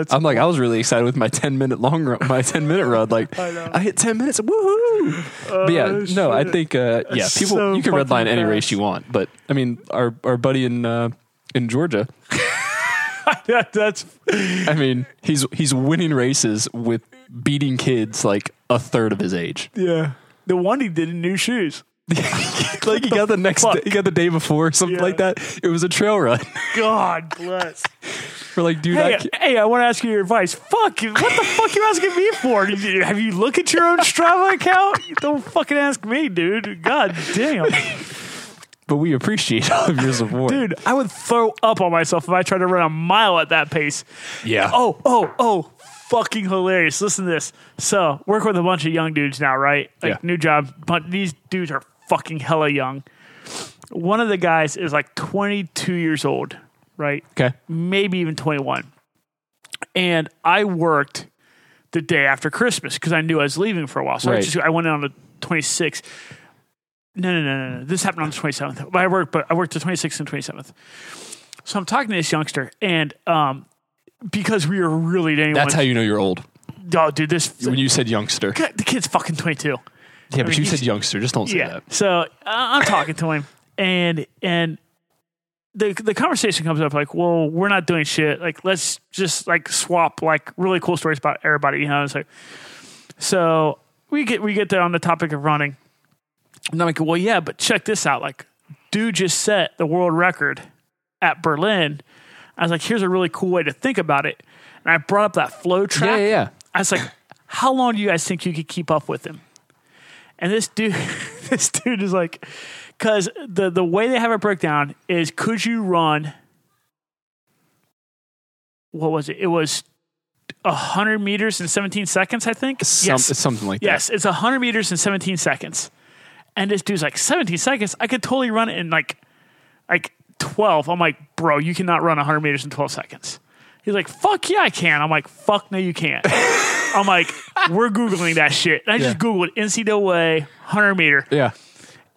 [SPEAKER 2] I'm like, I was really excited with my 10 minute long run, my 10 minute run. Like, I, hit 10 minutes, woohoo. but yeah,
[SPEAKER 1] Oh,
[SPEAKER 2] no, I
[SPEAKER 1] shit.
[SPEAKER 2] think, uh, yeah,
[SPEAKER 1] That's
[SPEAKER 2] people,
[SPEAKER 1] so
[SPEAKER 2] you can redline
[SPEAKER 1] fucking
[SPEAKER 2] any
[SPEAKER 1] fast.
[SPEAKER 2] race you want. But I mean, our, our buddy in, uh, in Georgia,
[SPEAKER 1] That- that's
[SPEAKER 2] I mean, he's he's winning races with beating kids like a third of his age.
[SPEAKER 1] yeah. The one he did in new shoes.
[SPEAKER 2] like he got the next,
[SPEAKER 1] fuck?
[SPEAKER 2] day, he got the day before, something
[SPEAKER 1] Yeah.
[SPEAKER 2] like that. It was a trail run.
[SPEAKER 1] God bless.
[SPEAKER 2] We're like, dude, I
[SPEAKER 1] Hey,
[SPEAKER 2] can't.
[SPEAKER 1] hey, I want to ask you your advice. Fuck, you- what the fuck you asking me for? Did you- Have you looked at your own Strava account? Don't fucking ask me, dude. God damn.
[SPEAKER 2] But we appreciate all of your support,
[SPEAKER 1] Dude, I would throw up on myself if I tried to run a mile at that pace.
[SPEAKER 2] Yeah.
[SPEAKER 1] Oh, oh, oh. Fucking hilarious. Listen to this. So, work with a bunch of young dudes now, right? Like,
[SPEAKER 2] Yeah.
[SPEAKER 1] new job. But these dudes are fucking hella young. One of the guys is like 22 years old, right?
[SPEAKER 2] Okay.
[SPEAKER 1] maybe even 21. And I worked the day after Christmas because I knew I was leaving for a while. So I
[SPEAKER 2] Right.
[SPEAKER 1] just I went in on the 26th. No, no, no, no, no. This happened on the 27th. But I worked, but I worked the 26th and 27th. So I'm talking to this youngster, and um, because we were really dating,
[SPEAKER 2] That's how
[SPEAKER 1] one-
[SPEAKER 2] you know you're old
[SPEAKER 1] oh, dude, this
[SPEAKER 2] when you said youngster.
[SPEAKER 1] God, the kid's fucking 22.
[SPEAKER 2] Yeah,
[SPEAKER 1] mean,
[SPEAKER 2] but you
[SPEAKER 1] he's-
[SPEAKER 2] said youngster. Just don't say
[SPEAKER 1] Yeah.
[SPEAKER 2] that.
[SPEAKER 1] So uh, I'm talking to him, and and the the conversation comes up like, well, we're not doing shit. Like, let's just like swap like really cool stories about everybody. You know, it's like so we get we get there on the topic of running, and I'm like, well, yeah, but check this out. Like, dude just set the world record at Berlin. I was like, here's a really cool way to think about it, and I brought up that flow track.
[SPEAKER 2] Yeah, yeah, yeah.
[SPEAKER 1] I was like, how long do you guys think you could keep up with him? And this dude, this dude is like, because the the way they have it breakdown is, could you run? What was it? It was hundred meters in seventeen seconds, I think.
[SPEAKER 2] Some, Something like
[SPEAKER 1] Yes, it's 100 meters in 17 seconds. And this dude's like, 17 seconds? I could totally run it in like, like 12. I'm like, bro, you cannot run 100 meters in 12 seconds. He's like, fuck yeah, I can. I'm like, fuck no, you can't. I'm like, we're Googling that shit. And I just
[SPEAKER 2] Yeah.
[SPEAKER 1] Googled NCAA 100 meter.
[SPEAKER 2] that. Yeah.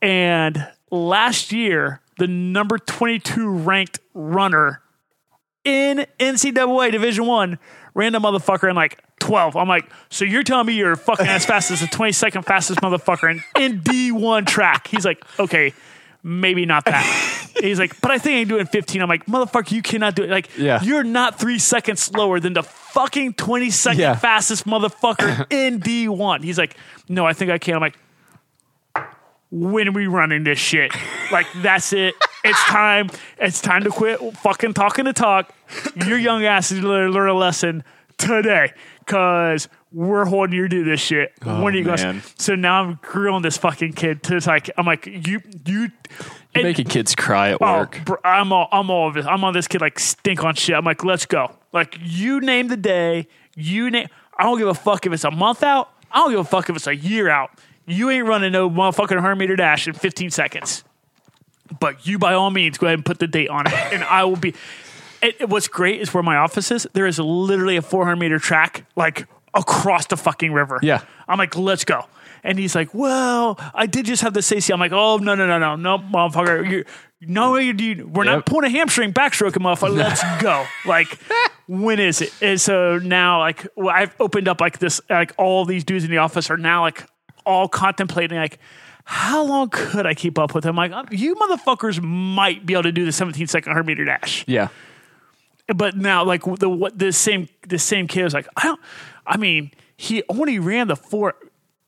[SPEAKER 1] And last year, the number 22 ranked runner in NCAA Division One ran a motherfucker in like 12. I'm like, so you're telling me you're fucking as fast as the 22nd fastest motherfucker in, in D1 track? He's like, okay, maybe not that. He's like, but I think I can do it in 15. I'm like, motherfucker, you cannot do it. Like,
[SPEAKER 2] Yeah.
[SPEAKER 1] you're not three seconds slower than the fucking 22nd
[SPEAKER 2] Yeah.
[SPEAKER 1] fastest motherfucker in D1. He's like, no, I think I can. I'm like, when we running this shit. Like that's it. It's time. It's time to quit fucking talking to talk. Your young ass is learn learn a lesson today, cause we're holding you to this shit. when are you going?
[SPEAKER 2] man.
[SPEAKER 1] So now I'm grilling this fucking kid. To it's like I'm like you you.
[SPEAKER 2] You're
[SPEAKER 1] and-
[SPEAKER 2] making kids cry at
[SPEAKER 1] oh,
[SPEAKER 2] work.
[SPEAKER 1] br- I'm all I'm all of this. I'm on this kid like stink on shit. I'm like let's go. Like you name the day. You name. I don't give a fuck if it's a month out. I don't give a fuck if it's a year out. You ain't running no motherfucking 100 meter dash in 15 seconds but you by all means go ahead and put the date on it and i will be it, it- what's great is where my office is there is literally a 400 meter track like across the fucking river
[SPEAKER 2] Yeah.
[SPEAKER 1] i'm like let's go and he's like well i did just have the safety i'm like oh no no no no no motherfucker you no you do we're not
[SPEAKER 2] Yep.
[SPEAKER 1] pulling a hamstring backstroke him off let's go like when is it and so now like well, i've opened up like this like all these dudes in the office are now like all contemplating like how long could I keep up with him? Like, um, you motherfuckers might be able to do the 17 second 100 meter dash.
[SPEAKER 2] Yeah.
[SPEAKER 1] But now, like, the what the same the same kid was like, I don't, I mean, he only ran the four,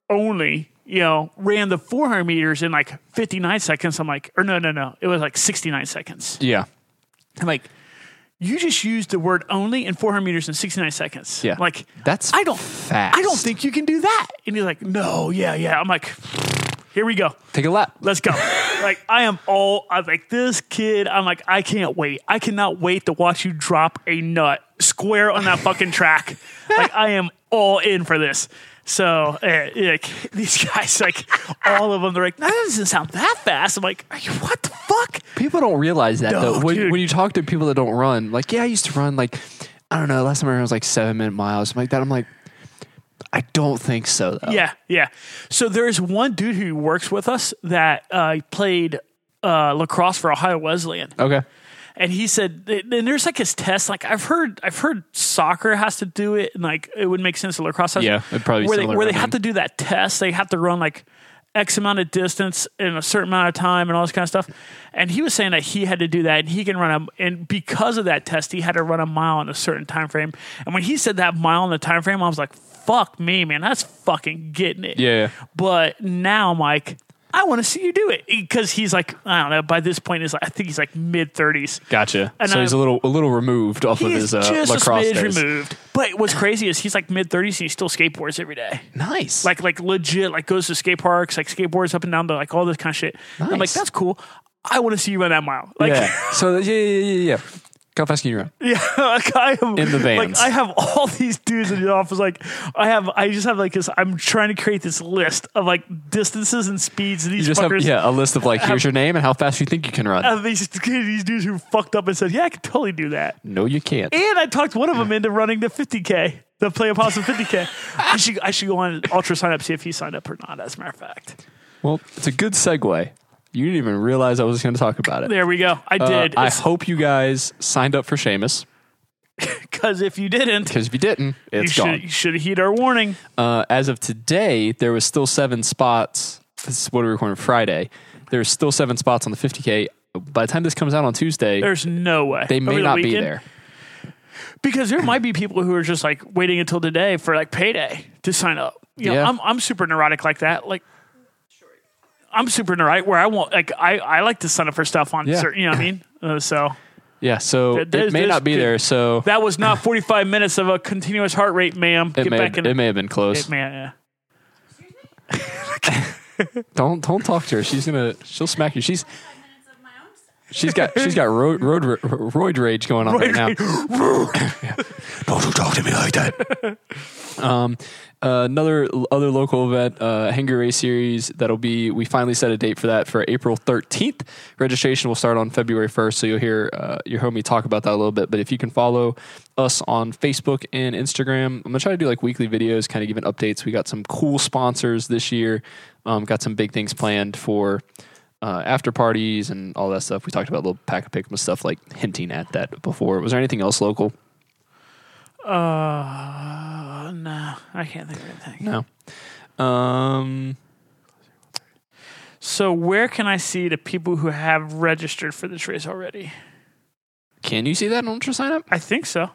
[SPEAKER 1] only, you know, ran the 400 meters in like 59 seconds. I'm like, or no, no, no. It was like 69 seconds.
[SPEAKER 2] Yeah.
[SPEAKER 1] I'm like, you just used the word only in 400 meters in 69 seconds.
[SPEAKER 2] Yeah.
[SPEAKER 1] Like,
[SPEAKER 2] That's
[SPEAKER 1] I don't,
[SPEAKER 2] fast.
[SPEAKER 1] I don't think you can do that. And he's like, no, yeah, yeah. I'm like, here we go
[SPEAKER 2] Take a lap.
[SPEAKER 1] let's go. like I am all I'm like this kid. I'm like I can't wait. I cannot wait to watch you drop a nut square on that fucking track. like I am all in for this. So uh, like these guys, like all of them, they're like, that doesn't sound that fast. I'm like, are you, what the fuck?
[SPEAKER 2] People don't realize that
[SPEAKER 1] No,
[SPEAKER 2] though. When,
[SPEAKER 1] dude.
[SPEAKER 2] when you talk to people that don't run, like, yeah, I used to run like I don't know. Last time I ran was like seven minute miles, something like that. I'm like, I don't think so though.
[SPEAKER 1] Yeah, yeah. So there's one dude who works with us that uh, played uh, lacrosse for Ohio Wesleyan,
[SPEAKER 2] Okay.
[SPEAKER 1] and he said, and there's like his test. Like I've heard, I've heard soccer has to do it, and like it would make sense to lacrosse. Has
[SPEAKER 3] Yeah, it'd probably be
[SPEAKER 1] where they
[SPEAKER 3] similar,
[SPEAKER 1] where
[SPEAKER 3] I
[SPEAKER 1] they have to do that test. They have to run like x amount of distance in a certain amount of time and all this kind of stuff. And he was saying that he had to do that, and he can run a and because of that test, he had to run a mile in a certain time frame. And when he said that mile in the time frame, I was like, "Fuck me, man, that's fucking getting it."
[SPEAKER 3] Yeah.
[SPEAKER 1] But now I'm like, I want to see you do it because he's like, I don't know. By this point, is like, I think he's like mid thirties.
[SPEAKER 3] Gotcha.
[SPEAKER 1] And
[SPEAKER 3] so he's a
[SPEAKER 1] I'm-
[SPEAKER 3] little a little removed off of
[SPEAKER 1] He's
[SPEAKER 3] his uh,
[SPEAKER 1] just a
[SPEAKER 3] lacrosse
[SPEAKER 1] smidge
[SPEAKER 3] days.
[SPEAKER 1] removed. But what's crazy is he's like mid thirties and he still skateboards every day.
[SPEAKER 2] Nice.
[SPEAKER 1] Like like legit, like goes to skate parks, like skateboards up and down the like all this kind of shit. I'm like,
[SPEAKER 2] Nice.
[SPEAKER 1] that's cool. I want to see you run that mile. Like
[SPEAKER 2] yeah. so yeah, yeah, yeah, yeah. How fast can you run?
[SPEAKER 1] Yeah, like I am
[SPEAKER 3] In the
[SPEAKER 1] Like
[SPEAKER 3] vans.
[SPEAKER 1] I have all these dudes in the office. Like I have, I just have like this. I'm trying to create this list of like distances and speeds. And these
[SPEAKER 2] You just have
[SPEAKER 1] fuckers,
[SPEAKER 2] yeah, a list of like here's your name and how fast you think you can run.
[SPEAKER 1] of these these dudes who fucked up and said, "Yeah, I could totally do that."
[SPEAKER 2] no, you can't.
[SPEAKER 1] And I talked one of them into running the 50k, the Play Opossum 50k. I should I should go on Ultra sign up see if he signed up or not. As a matter of fact,
[SPEAKER 2] Well, it's a good segue. You didn't even realize I was going to talk about it.
[SPEAKER 1] there we go. I
[SPEAKER 2] Uh,
[SPEAKER 1] did.
[SPEAKER 2] I hope you guys signed up for Seamus
[SPEAKER 1] because if you didn't,
[SPEAKER 2] because if you didn't,
[SPEAKER 1] you
[SPEAKER 2] it's
[SPEAKER 1] should
[SPEAKER 2] gone.
[SPEAKER 1] you should heed our warning.
[SPEAKER 2] Uh, as of today, there was still seven spots. This is what we recorded Friday. There's still seven spots on the 50k. By the time this comes out on Tuesday,
[SPEAKER 1] There's no way
[SPEAKER 2] they may
[SPEAKER 1] Over the
[SPEAKER 2] not be
[SPEAKER 1] weekend,
[SPEAKER 2] there.
[SPEAKER 1] because there might be people who are just like waiting until today for like payday to sign up. You know,
[SPEAKER 2] Yeah.
[SPEAKER 1] I'm I'm super neurotic like that. Like I'm super neurotic where I won't like I I like to sign up for stuff on
[SPEAKER 2] Yeah.
[SPEAKER 1] certain. You know what I mean? Uh, so.
[SPEAKER 2] Yeah, so
[SPEAKER 1] There-
[SPEAKER 2] it
[SPEAKER 1] there's-
[SPEAKER 2] may
[SPEAKER 1] there's
[SPEAKER 2] not be
[SPEAKER 1] good-
[SPEAKER 2] there. So
[SPEAKER 1] That was not 45 minutes of a continuous heart rate, ma'am.
[SPEAKER 2] it
[SPEAKER 1] Get
[SPEAKER 2] may,
[SPEAKER 1] back
[SPEAKER 2] have,
[SPEAKER 1] in.
[SPEAKER 2] it may have been close.
[SPEAKER 1] man, yeah.
[SPEAKER 2] Don't don't talk to her. She's gonna she'll smack you. She's
[SPEAKER 4] five minutes of my own stuff.
[SPEAKER 2] she's got she's got road road ra- roid rage going on right now. Don't you talk to me like that. um, uh, another other local event, uh, Hanger Race Series. That'll be we finally set a date for that for April 13th. Registration will start on February 1st, so you'll hear uh, your homie talk about that a little bit. But if you can follow us on Facebook and Instagram, I'm gonna try to do like weekly videos, kind of giving updates. We got some cool sponsors this year. Um, got some big things planned for. Uh, after parties and all that stuff. We talked about little pack of pick'em stuff, like hinting at that before. Was there anything else local?
[SPEAKER 1] Uh, no, I can't think of anything.
[SPEAKER 2] No. Um,
[SPEAKER 1] So, where can I see the people who have registered for this race already?
[SPEAKER 2] can you see that on Ultra sign up?
[SPEAKER 1] I think so.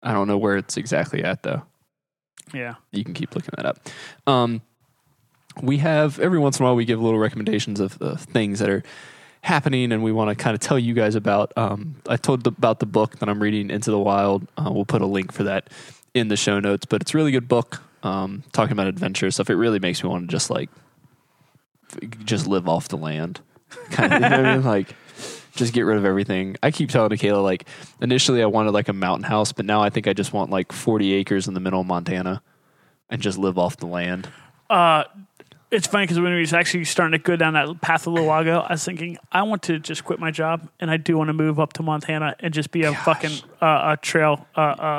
[SPEAKER 2] I don't know where it's exactly at though.
[SPEAKER 1] Yeah.
[SPEAKER 2] You can keep looking that up. Um, we have every once in a while we give little recommendations of, of things that are happening and we want to kind of tell you guys about um, i told the, about the book that i'm reading into the wild uh, we'll put a link for that in the show notes but it's a really good book um, talking about adventure stuff it really makes me want to just like f- just live off the land kind of you know what I mean? like just get rid of everything i keep telling Kayla like initially i wanted like a mountain house but now i think i just want like 40 acres in the middle of montana and just live off the land
[SPEAKER 1] Uh, it's funny because when we was actually starting to go down that path a little while ago, I was thinking I want to just quit my job and I do want to move up to Montana and just be a fucking uh, a trail uh, uh,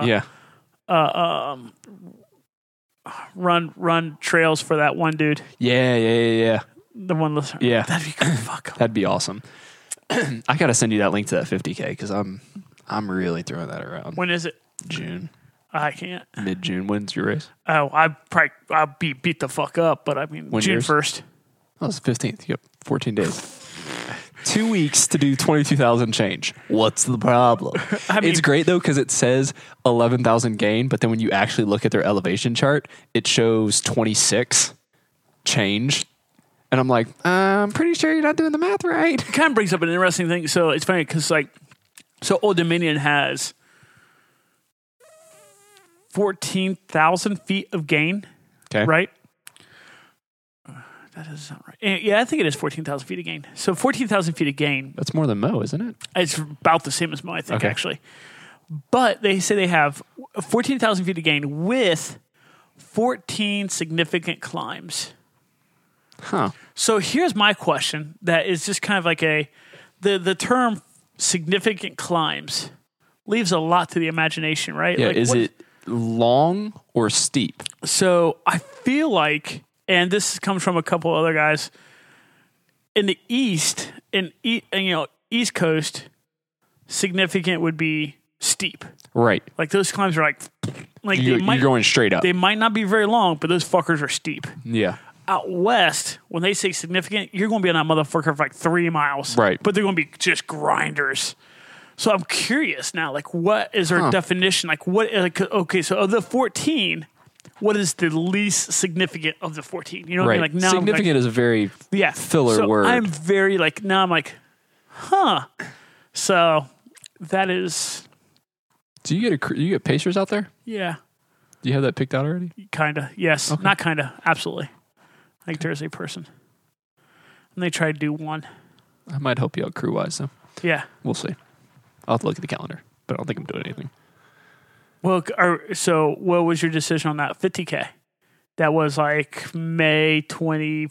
[SPEAKER 1] um,
[SPEAKER 2] yeah
[SPEAKER 1] run run trails for that one dude,
[SPEAKER 2] yeah yeah yeah yeah
[SPEAKER 1] the one listener.
[SPEAKER 2] Yeah.
[SPEAKER 1] that'd be good. Fuck.
[SPEAKER 2] That'd be awesome. I gotta send you that link to that 50k because I'm I'm really throwing that around.
[SPEAKER 1] When is it?
[SPEAKER 2] June,
[SPEAKER 1] I can't.
[SPEAKER 2] mid June. When's your race?
[SPEAKER 1] Oh, I probably I'll be beat the fuck up, but I mean
[SPEAKER 2] When
[SPEAKER 1] June
[SPEAKER 2] yours?
[SPEAKER 1] first.
[SPEAKER 2] Oh, it's 15th. You got 14 days. Two weeks to do 22,000 change. What's the problem?
[SPEAKER 1] mean-
[SPEAKER 2] it's great though because it says 11,000 gain, but then when you actually look at their elevation chart, it shows 26 change. And I'm like, "Uh, I'm pretty sure you're not doing the math right.
[SPEAKER 1] Kind of brings up an interesting thing. So it's funny because like, so Old Dominion has fourteen thousand feet of gain,
[SPEAKER 2] Okay.
[SPEAKER 1] right? That doesn't sound right. Eh, Yeah, I think it is fourteen thousand feet of gain. So fourteen thousand feet of gain
[SPEAKER 2] That's more than Mo, isn't it?
[SPEAKER 1] It's about the same as mine, I think,
[SPEAKER 2] Okay.
[SPEAKER 1] actually. But they say they have 14,000 feet of gain with 14 significant climbs.
[SPEAKER 2] Huh.
[SPEAKER 1] So here's my question that is just kind of like a the the term significant climbs leaves a lot to the imagination, right?
[SPEAKER 2] Yeah,
[SPEAKER 1] Like,
[SPEAKER 2] is
[SPEAKER 1] what-
[SPEAKER 2] it long or steep?
[SPEAKER 1] So I feel like, and this comes from a couple other guys in the East, in e- and, you know East Coast, significant would be steep.
[SPEAKER 2] Right.
[SPEAKER 1] Like those climbs are like, like
[SPEAKER 2] You,
[SPEAKER 1] they might
[SPEAKER 2] are going straight up.
[SPEAKER 1] they might not be very long, but those fuckers are steep.
[SPEAKER 2] yeah.
[SPEAKER 1] Out west, when they say significant, you're going to be on that motherfucker for like three miles,
[SPEAKER 2] Right.
[SPEAKER 1] But they're going to be just grinders. So I'm curious now, like, what is our definition? Like, what? Like, okay, so of the 14, what is the least significant of the 14? You know what
[SPEAKER 2] Right.
[SPEAKER 1] I mean? Like, now I'm, like-
[SPEAKER 2] Significant is a very
[SPEAKER 1] yeah
[SPEAKER 2] filler
[SPEAKER 1] so
[SPEAKER 2] word.
[SPEAKER 1] i'm very like now i'm like huh so that is
[SPEAKER 2] Do you get a cr- you get pacers out there?
[SPEAKER 1] yeah
[SPEAKER 2] Do you have that picked out already?
[SPEAKER 1] kinda yes not kinda absolutely like there's a person and they try to do one
[SPEAKER 2] I might help you out crew wise though.
[SPEAKER 1] yeah
[SPEAKER 2] We'll see. I'll have to look at the calendar, but I don't think I'm doing anything.
[SPEAKER 1] well c- are, so what was your decision on that 50k that was like may 20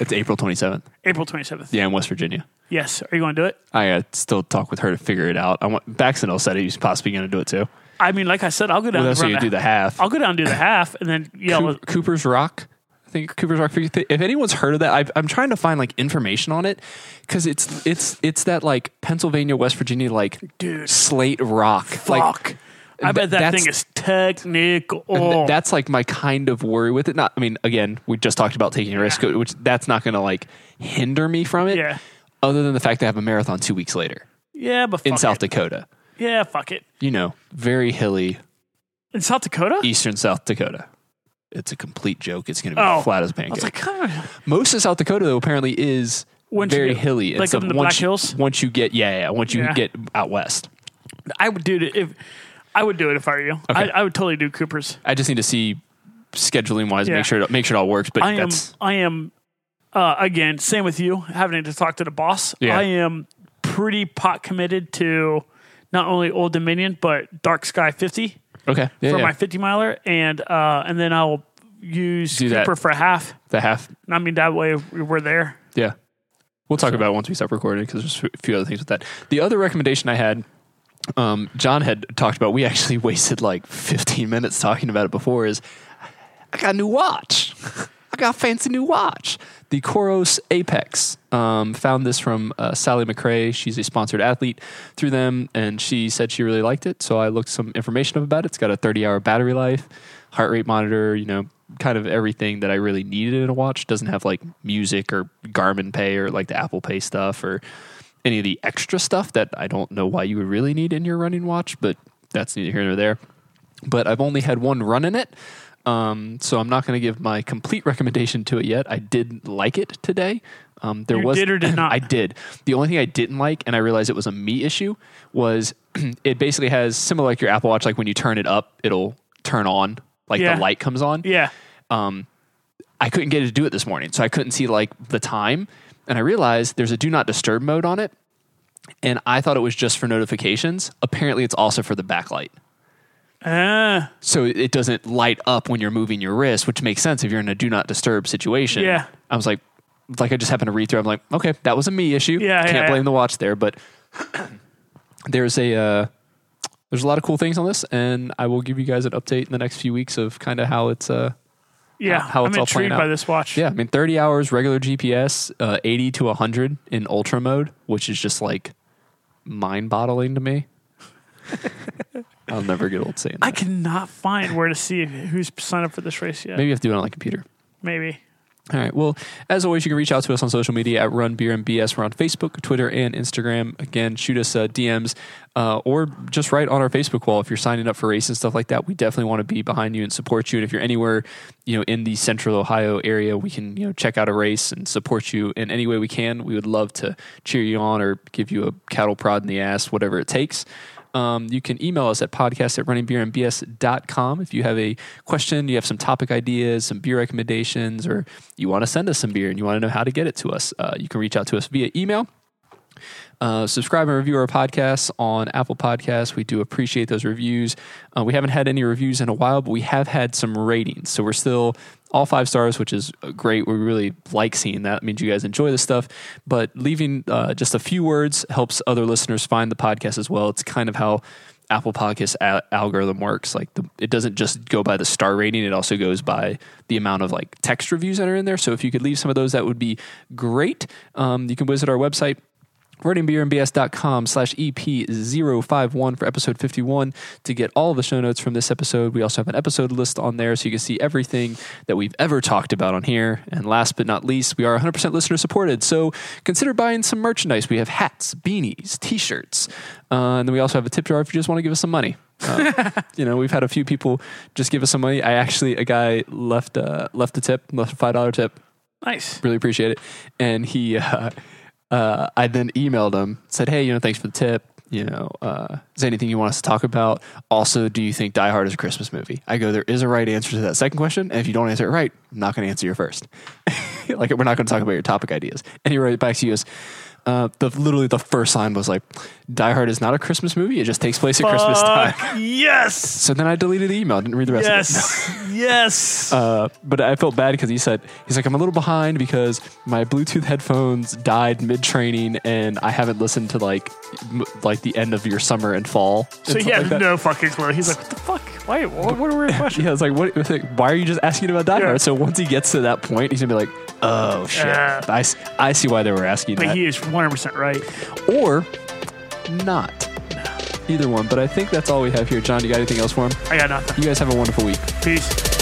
[SPEAKER 2] It's April 27th.
[SPEAKER 1] april 27th
[SPEAKER 2] Yeah, in West Virginia.
[SPEAKER 1] yes are you going to do it
[SPEAKER 2] I uh, still talk with her to figure it out. I want Baxendale said he was possibly going to do it too.
[SPEAKER 1] i mean like i said i'll go down
[SPEAKER 2] Well,
[SPEAKER 1] and
[SPEAKER 2] that's when
[SPEAKER 1] run
[SPEAKER 2] you do
[SPEAKER 1] the,
[SPEAKER 2] the half.
[SPEAKER 1] i'll go down and do the half and then yeah
[SPEAKER 2] Coo-
[SPEAKER 1] well,
[SPEAKER 2] Cooper's Rock. I think Cooper's Rock. If anyone's heard of that, I've, I'm trying to find like information on it because it's it's it's that like Pennsylvania, West Virginia, like
[SPEAKER 1] Dude.
[SPEAKER 2] slate rock.
[SPEAKER 1] fuck
[SPEAKER 2] Like,
[SPEAKER 1] i bet that
[SPEAKER 2] that's-
[SPEAKER 1] thing is technical
[SPEAKER 2] th- that's like my kind of worry with it. Not, I mean, again, we just talked about taking a risk, which that's not going to like hinder me from it.
[SPEAKER 1] Yeah.
[SPEAKER 2] Other than the fact that I have a marathon two weeks later
[SPEAKER 1] Yeah, but fuck
[SPEAKER 2] in South
[SPEAKER 1] it.
[SPEAKER 2] Dakota.
[SPEAKER 1] Yeah, fuck it.
[SPEAKER 2] You know, very hilly
[SPEAKER 1] In South Dakota?
[SPEAKER 2] eastern South Dakota. It's a complete joke. It's going to be
[SPEAKER 1] Oh.
[SPEAKER 2] flat as
[SPEAKER 1] I was
[SPEAKER 2] pancakes.
[SPEAKER 1] like, God.
[SPEAKER 2] Most of South Dakota though apparently is
[SPEAKER 1] Once you
[SPEAKER 2] very
[SPEAKER 1] get-
[SPEAKER 2] hilly. and
[SPEAKER 1] like
[SPEAKER 2] stuff.
[SPEAKER 1] up in the
[SPEAKER 2] once
[SPEAKER 1] Black
[SPEAKER 2] you,
[SPEAKER 1] Hills?
[SPEAKER 2] Once you get yeah, yeah. Once you
[SPEAKER 1] Yeah.
[SPEAKER 2] get out west,
[SPEAKER 1] I would do it if I would do it if I were you. I, I would totally do Cooper's.
[SPEAKER 2] I just need to see scheduling wise,
[SPEAKER 1] Yeah.
[SPEAKER 2] make sure it, make sure it all works. But
[SPEAKER 1] I am.
[SPEAKER 2] that's
[SPEAKER 1] I am. Uh, again, same with you. Having to talk to the boss,
[SPEAKER 2] Yeah.
[SPEAKER 1] I am pretty pot committed to not only Old Dominion but Dark Sky 50
[SPEAKER 2] okay. Yeah,
[SPEAKER 1] for
[SPEAKER 2] yeah.
[SPEAKER 1] my 50 miler, and uh, and then I'll use
[SPEAKER 2] Do that.
[SPEAKER 1] Cooper for half.
[SPEAKER 2] the half.
[SPEAKER 1] And I mean that way we're there.
[SPEAKER 2] Yeah, we'll talk about it once we stop recording because there's a few other things with that. The other recommendation I had. Um, John had talked about. We actually wasted like 15 minutes talking about it before. Is I got a new watch. I got a fancy new watch. The Koros Apex. Um, found this from uh, Sally McRae. She's a sponsored athlete through them, and she said she really liked it. So I looked some information up about it. It's got a 30 hour battery life, heart rate monitor, you know, kind of everything that I really needed in a watch. Doesn't have like music or Garmin Pay or like the Apple Pay stuff or any of the extra stuff that I don't know why you would really need in your running watch, but that's neither here nor there but I've only had one run in it. Um, so I'm not going to give my complete recommendation to it yet. I did like it today. Um, there
[SPEAKER 1] You
[SPEAKER 2] was
[SPEAKER 1] did or did not?
[SPEAKER 2] I did. The only thing I didn't like, and I realized it was a me issue, was it basically has similar like your Apple Watch. Like when you turn it up, it'll turn on. Like
[SPEAKER 1] Yeah.
[SPEAKER 2] the light comes on. Um,
[SPEAKER 1] Yeah,
[SPEAKER 2] I couldn't get it to do it this morning, so I couldn't see like the time. And I realized there's a do not disturb mode on it, and I thought it was just for notifications. Apparently, it's also for the backlight
[SPEAKER 1] uh,
[SPEAKER 2] so it doesn't light up when you're moving your wrist, which makes sense if you're in a do not disturb situation.
[SPEAKER 1] Yeah.
[SPEAKER 2] I was like, like I just happened to read through. I'm like, okay, that was a me issue.
[SPEAKER 1] Yeah,
[SPEAKER 2] can't
[SPEAKER 1] yeah,
[SPEAKER 2] blame
[SPEAKER 1] yeah.
[SPEAKER 2] the watch there, but there's a uh, there's a lot of cool things on this, and I will give you guys an update in the next few weeks of kind of how it's uh
[SPEAKER 1] yeah.
[SPEAKER 2] How- how
[SPEAKER 1] I'm
[SPEAKER 2] it's all playing
[SPEAKER 1] intrigued
[SPEAKER 2] out.
[SPEAKER 1] by this watch.
[SPEAKER 2] yeah. I mean, 30 hours regular GPS, uh, 80 to 100 in ultra mode, which is just like mind boggling to me. I'll never get old saying that.
[SPEAKER 1] I cannot find where to see who's signed up for this race yet.
[SPEAKER 2] Maybe you have to do it on like computer.
[SPEAKER 1] Maybe.
[SPEAKER 2] All right. Well, as always, you can reach out to us on social media at Run Beer and BS. We're on Facebook, Twitter, and Instagram. Again, shoot us uh, DMs uh, or just write on our Facebook wall if you're signing up for races and stuff like that. We definitely want to be behind you and support you. And if you're anywhere, you know, in the Central Ohio area, we can you know check out a race and support you in any way we can. We would love to cheer you on or give you a cattle prod in the ass, whatever it takes. Um, you can email us at podcast at runningbeerandbs.com if you have a question, you have some topic ideas, some beer recommendations, or you want to send us some beer and you want to know how to get it to us. Uh, you can reach out to us via email. Uh, subscribe and review our podcasts on Apple Podcasts. We do appreciate those reviews. Uh, we haven't had any reviews in a while, but we have had some ratings. So we're still all five stars, which is uh, great. We really like seeing that. It means you guys enjoy this stuff. But leaving uh, just a few words helps other listeners find the podcast as well. It's kind of how Apple Podcast al- algorithm works. Like the, it doesn't just go by the star rating; it also goes by the amount of like text reviews that are in there. So if you could leave some of those, that would be great. Um, you can visit our website wordingbeerandbs.com slash E ep051 for episode 51 to get all the show notes from this episode we also have an episode list on there so you can see everything that we've ever talked about on here and last but not least we are 100% listener supported so consider buying some merchandise we have hats beanies t-shirts uh, and then we also have a tip jar if you just want to give us some money uh, you know, we've had a few people just give us some money. I actually, a guy left uh, left a tip, left a five dollar tip.
[SPEAKER 1] Nice.
[SPEAKER 2] Really appreciate it. And he, uh, uh, I then emailed him, said, "Hey, you know, thanks for the tip. You know, uh, is there anything you want us to talk about? Also, do you think Die Hard is a Christmas movie?" I go, "There is a right answer to that second question, and if you don't answer it right, I'm not going to answer your first. like, we're not going to talk about your topic ideas." And he wrote back to you as. Uh, the literally the first line was like, "Die Hard is not a Christmas movie. It just takes place at Christmas time."
[SPEAKER 1] Fuck yes.
[SPEAKER 2] So then I deleted the email. Didn't read the rest of it.
[SPEAKER 1] Yes. yes.
[SPEAKER 2] Uh, but I felt bad because he said he's like I'm a little behind because my Bluetooth headphones died mid training and I haven't listened to like m- like the end of your summer and fall. and
[SPEAKER 1] so he
[SPEAKER 2] stuff
[SPEAKER 1] had
[SPEAKER 2] like that."
[SPEAKER 1] no fucking clue. He's like, what the fuck? Why? What, what a weird question.
[SPEAKER 2] Yeah, it's like, what, it's like, why are you just asking about Die
[SPEAKER 1] Yeah.
[SPEAKER 2] Hard? So once he gets to that point, he's gonna be like, oh shit,
[SPEAKER 1] Yeah.
[SPEAKER 2] I, s- I see why they were asking
[SPEAKER 1] But
[SPEAKER 2] that,
[SPEAKER 1] he is 100% right.
[SPEAKER 2] or not. Either one, but I think that's all we have here. John, do you got anything else for him?
[SPEAKER 1] I got nothing.
[SPEAKER 2] You guys have a wonderful week.
[SPEAKER 1] Peace.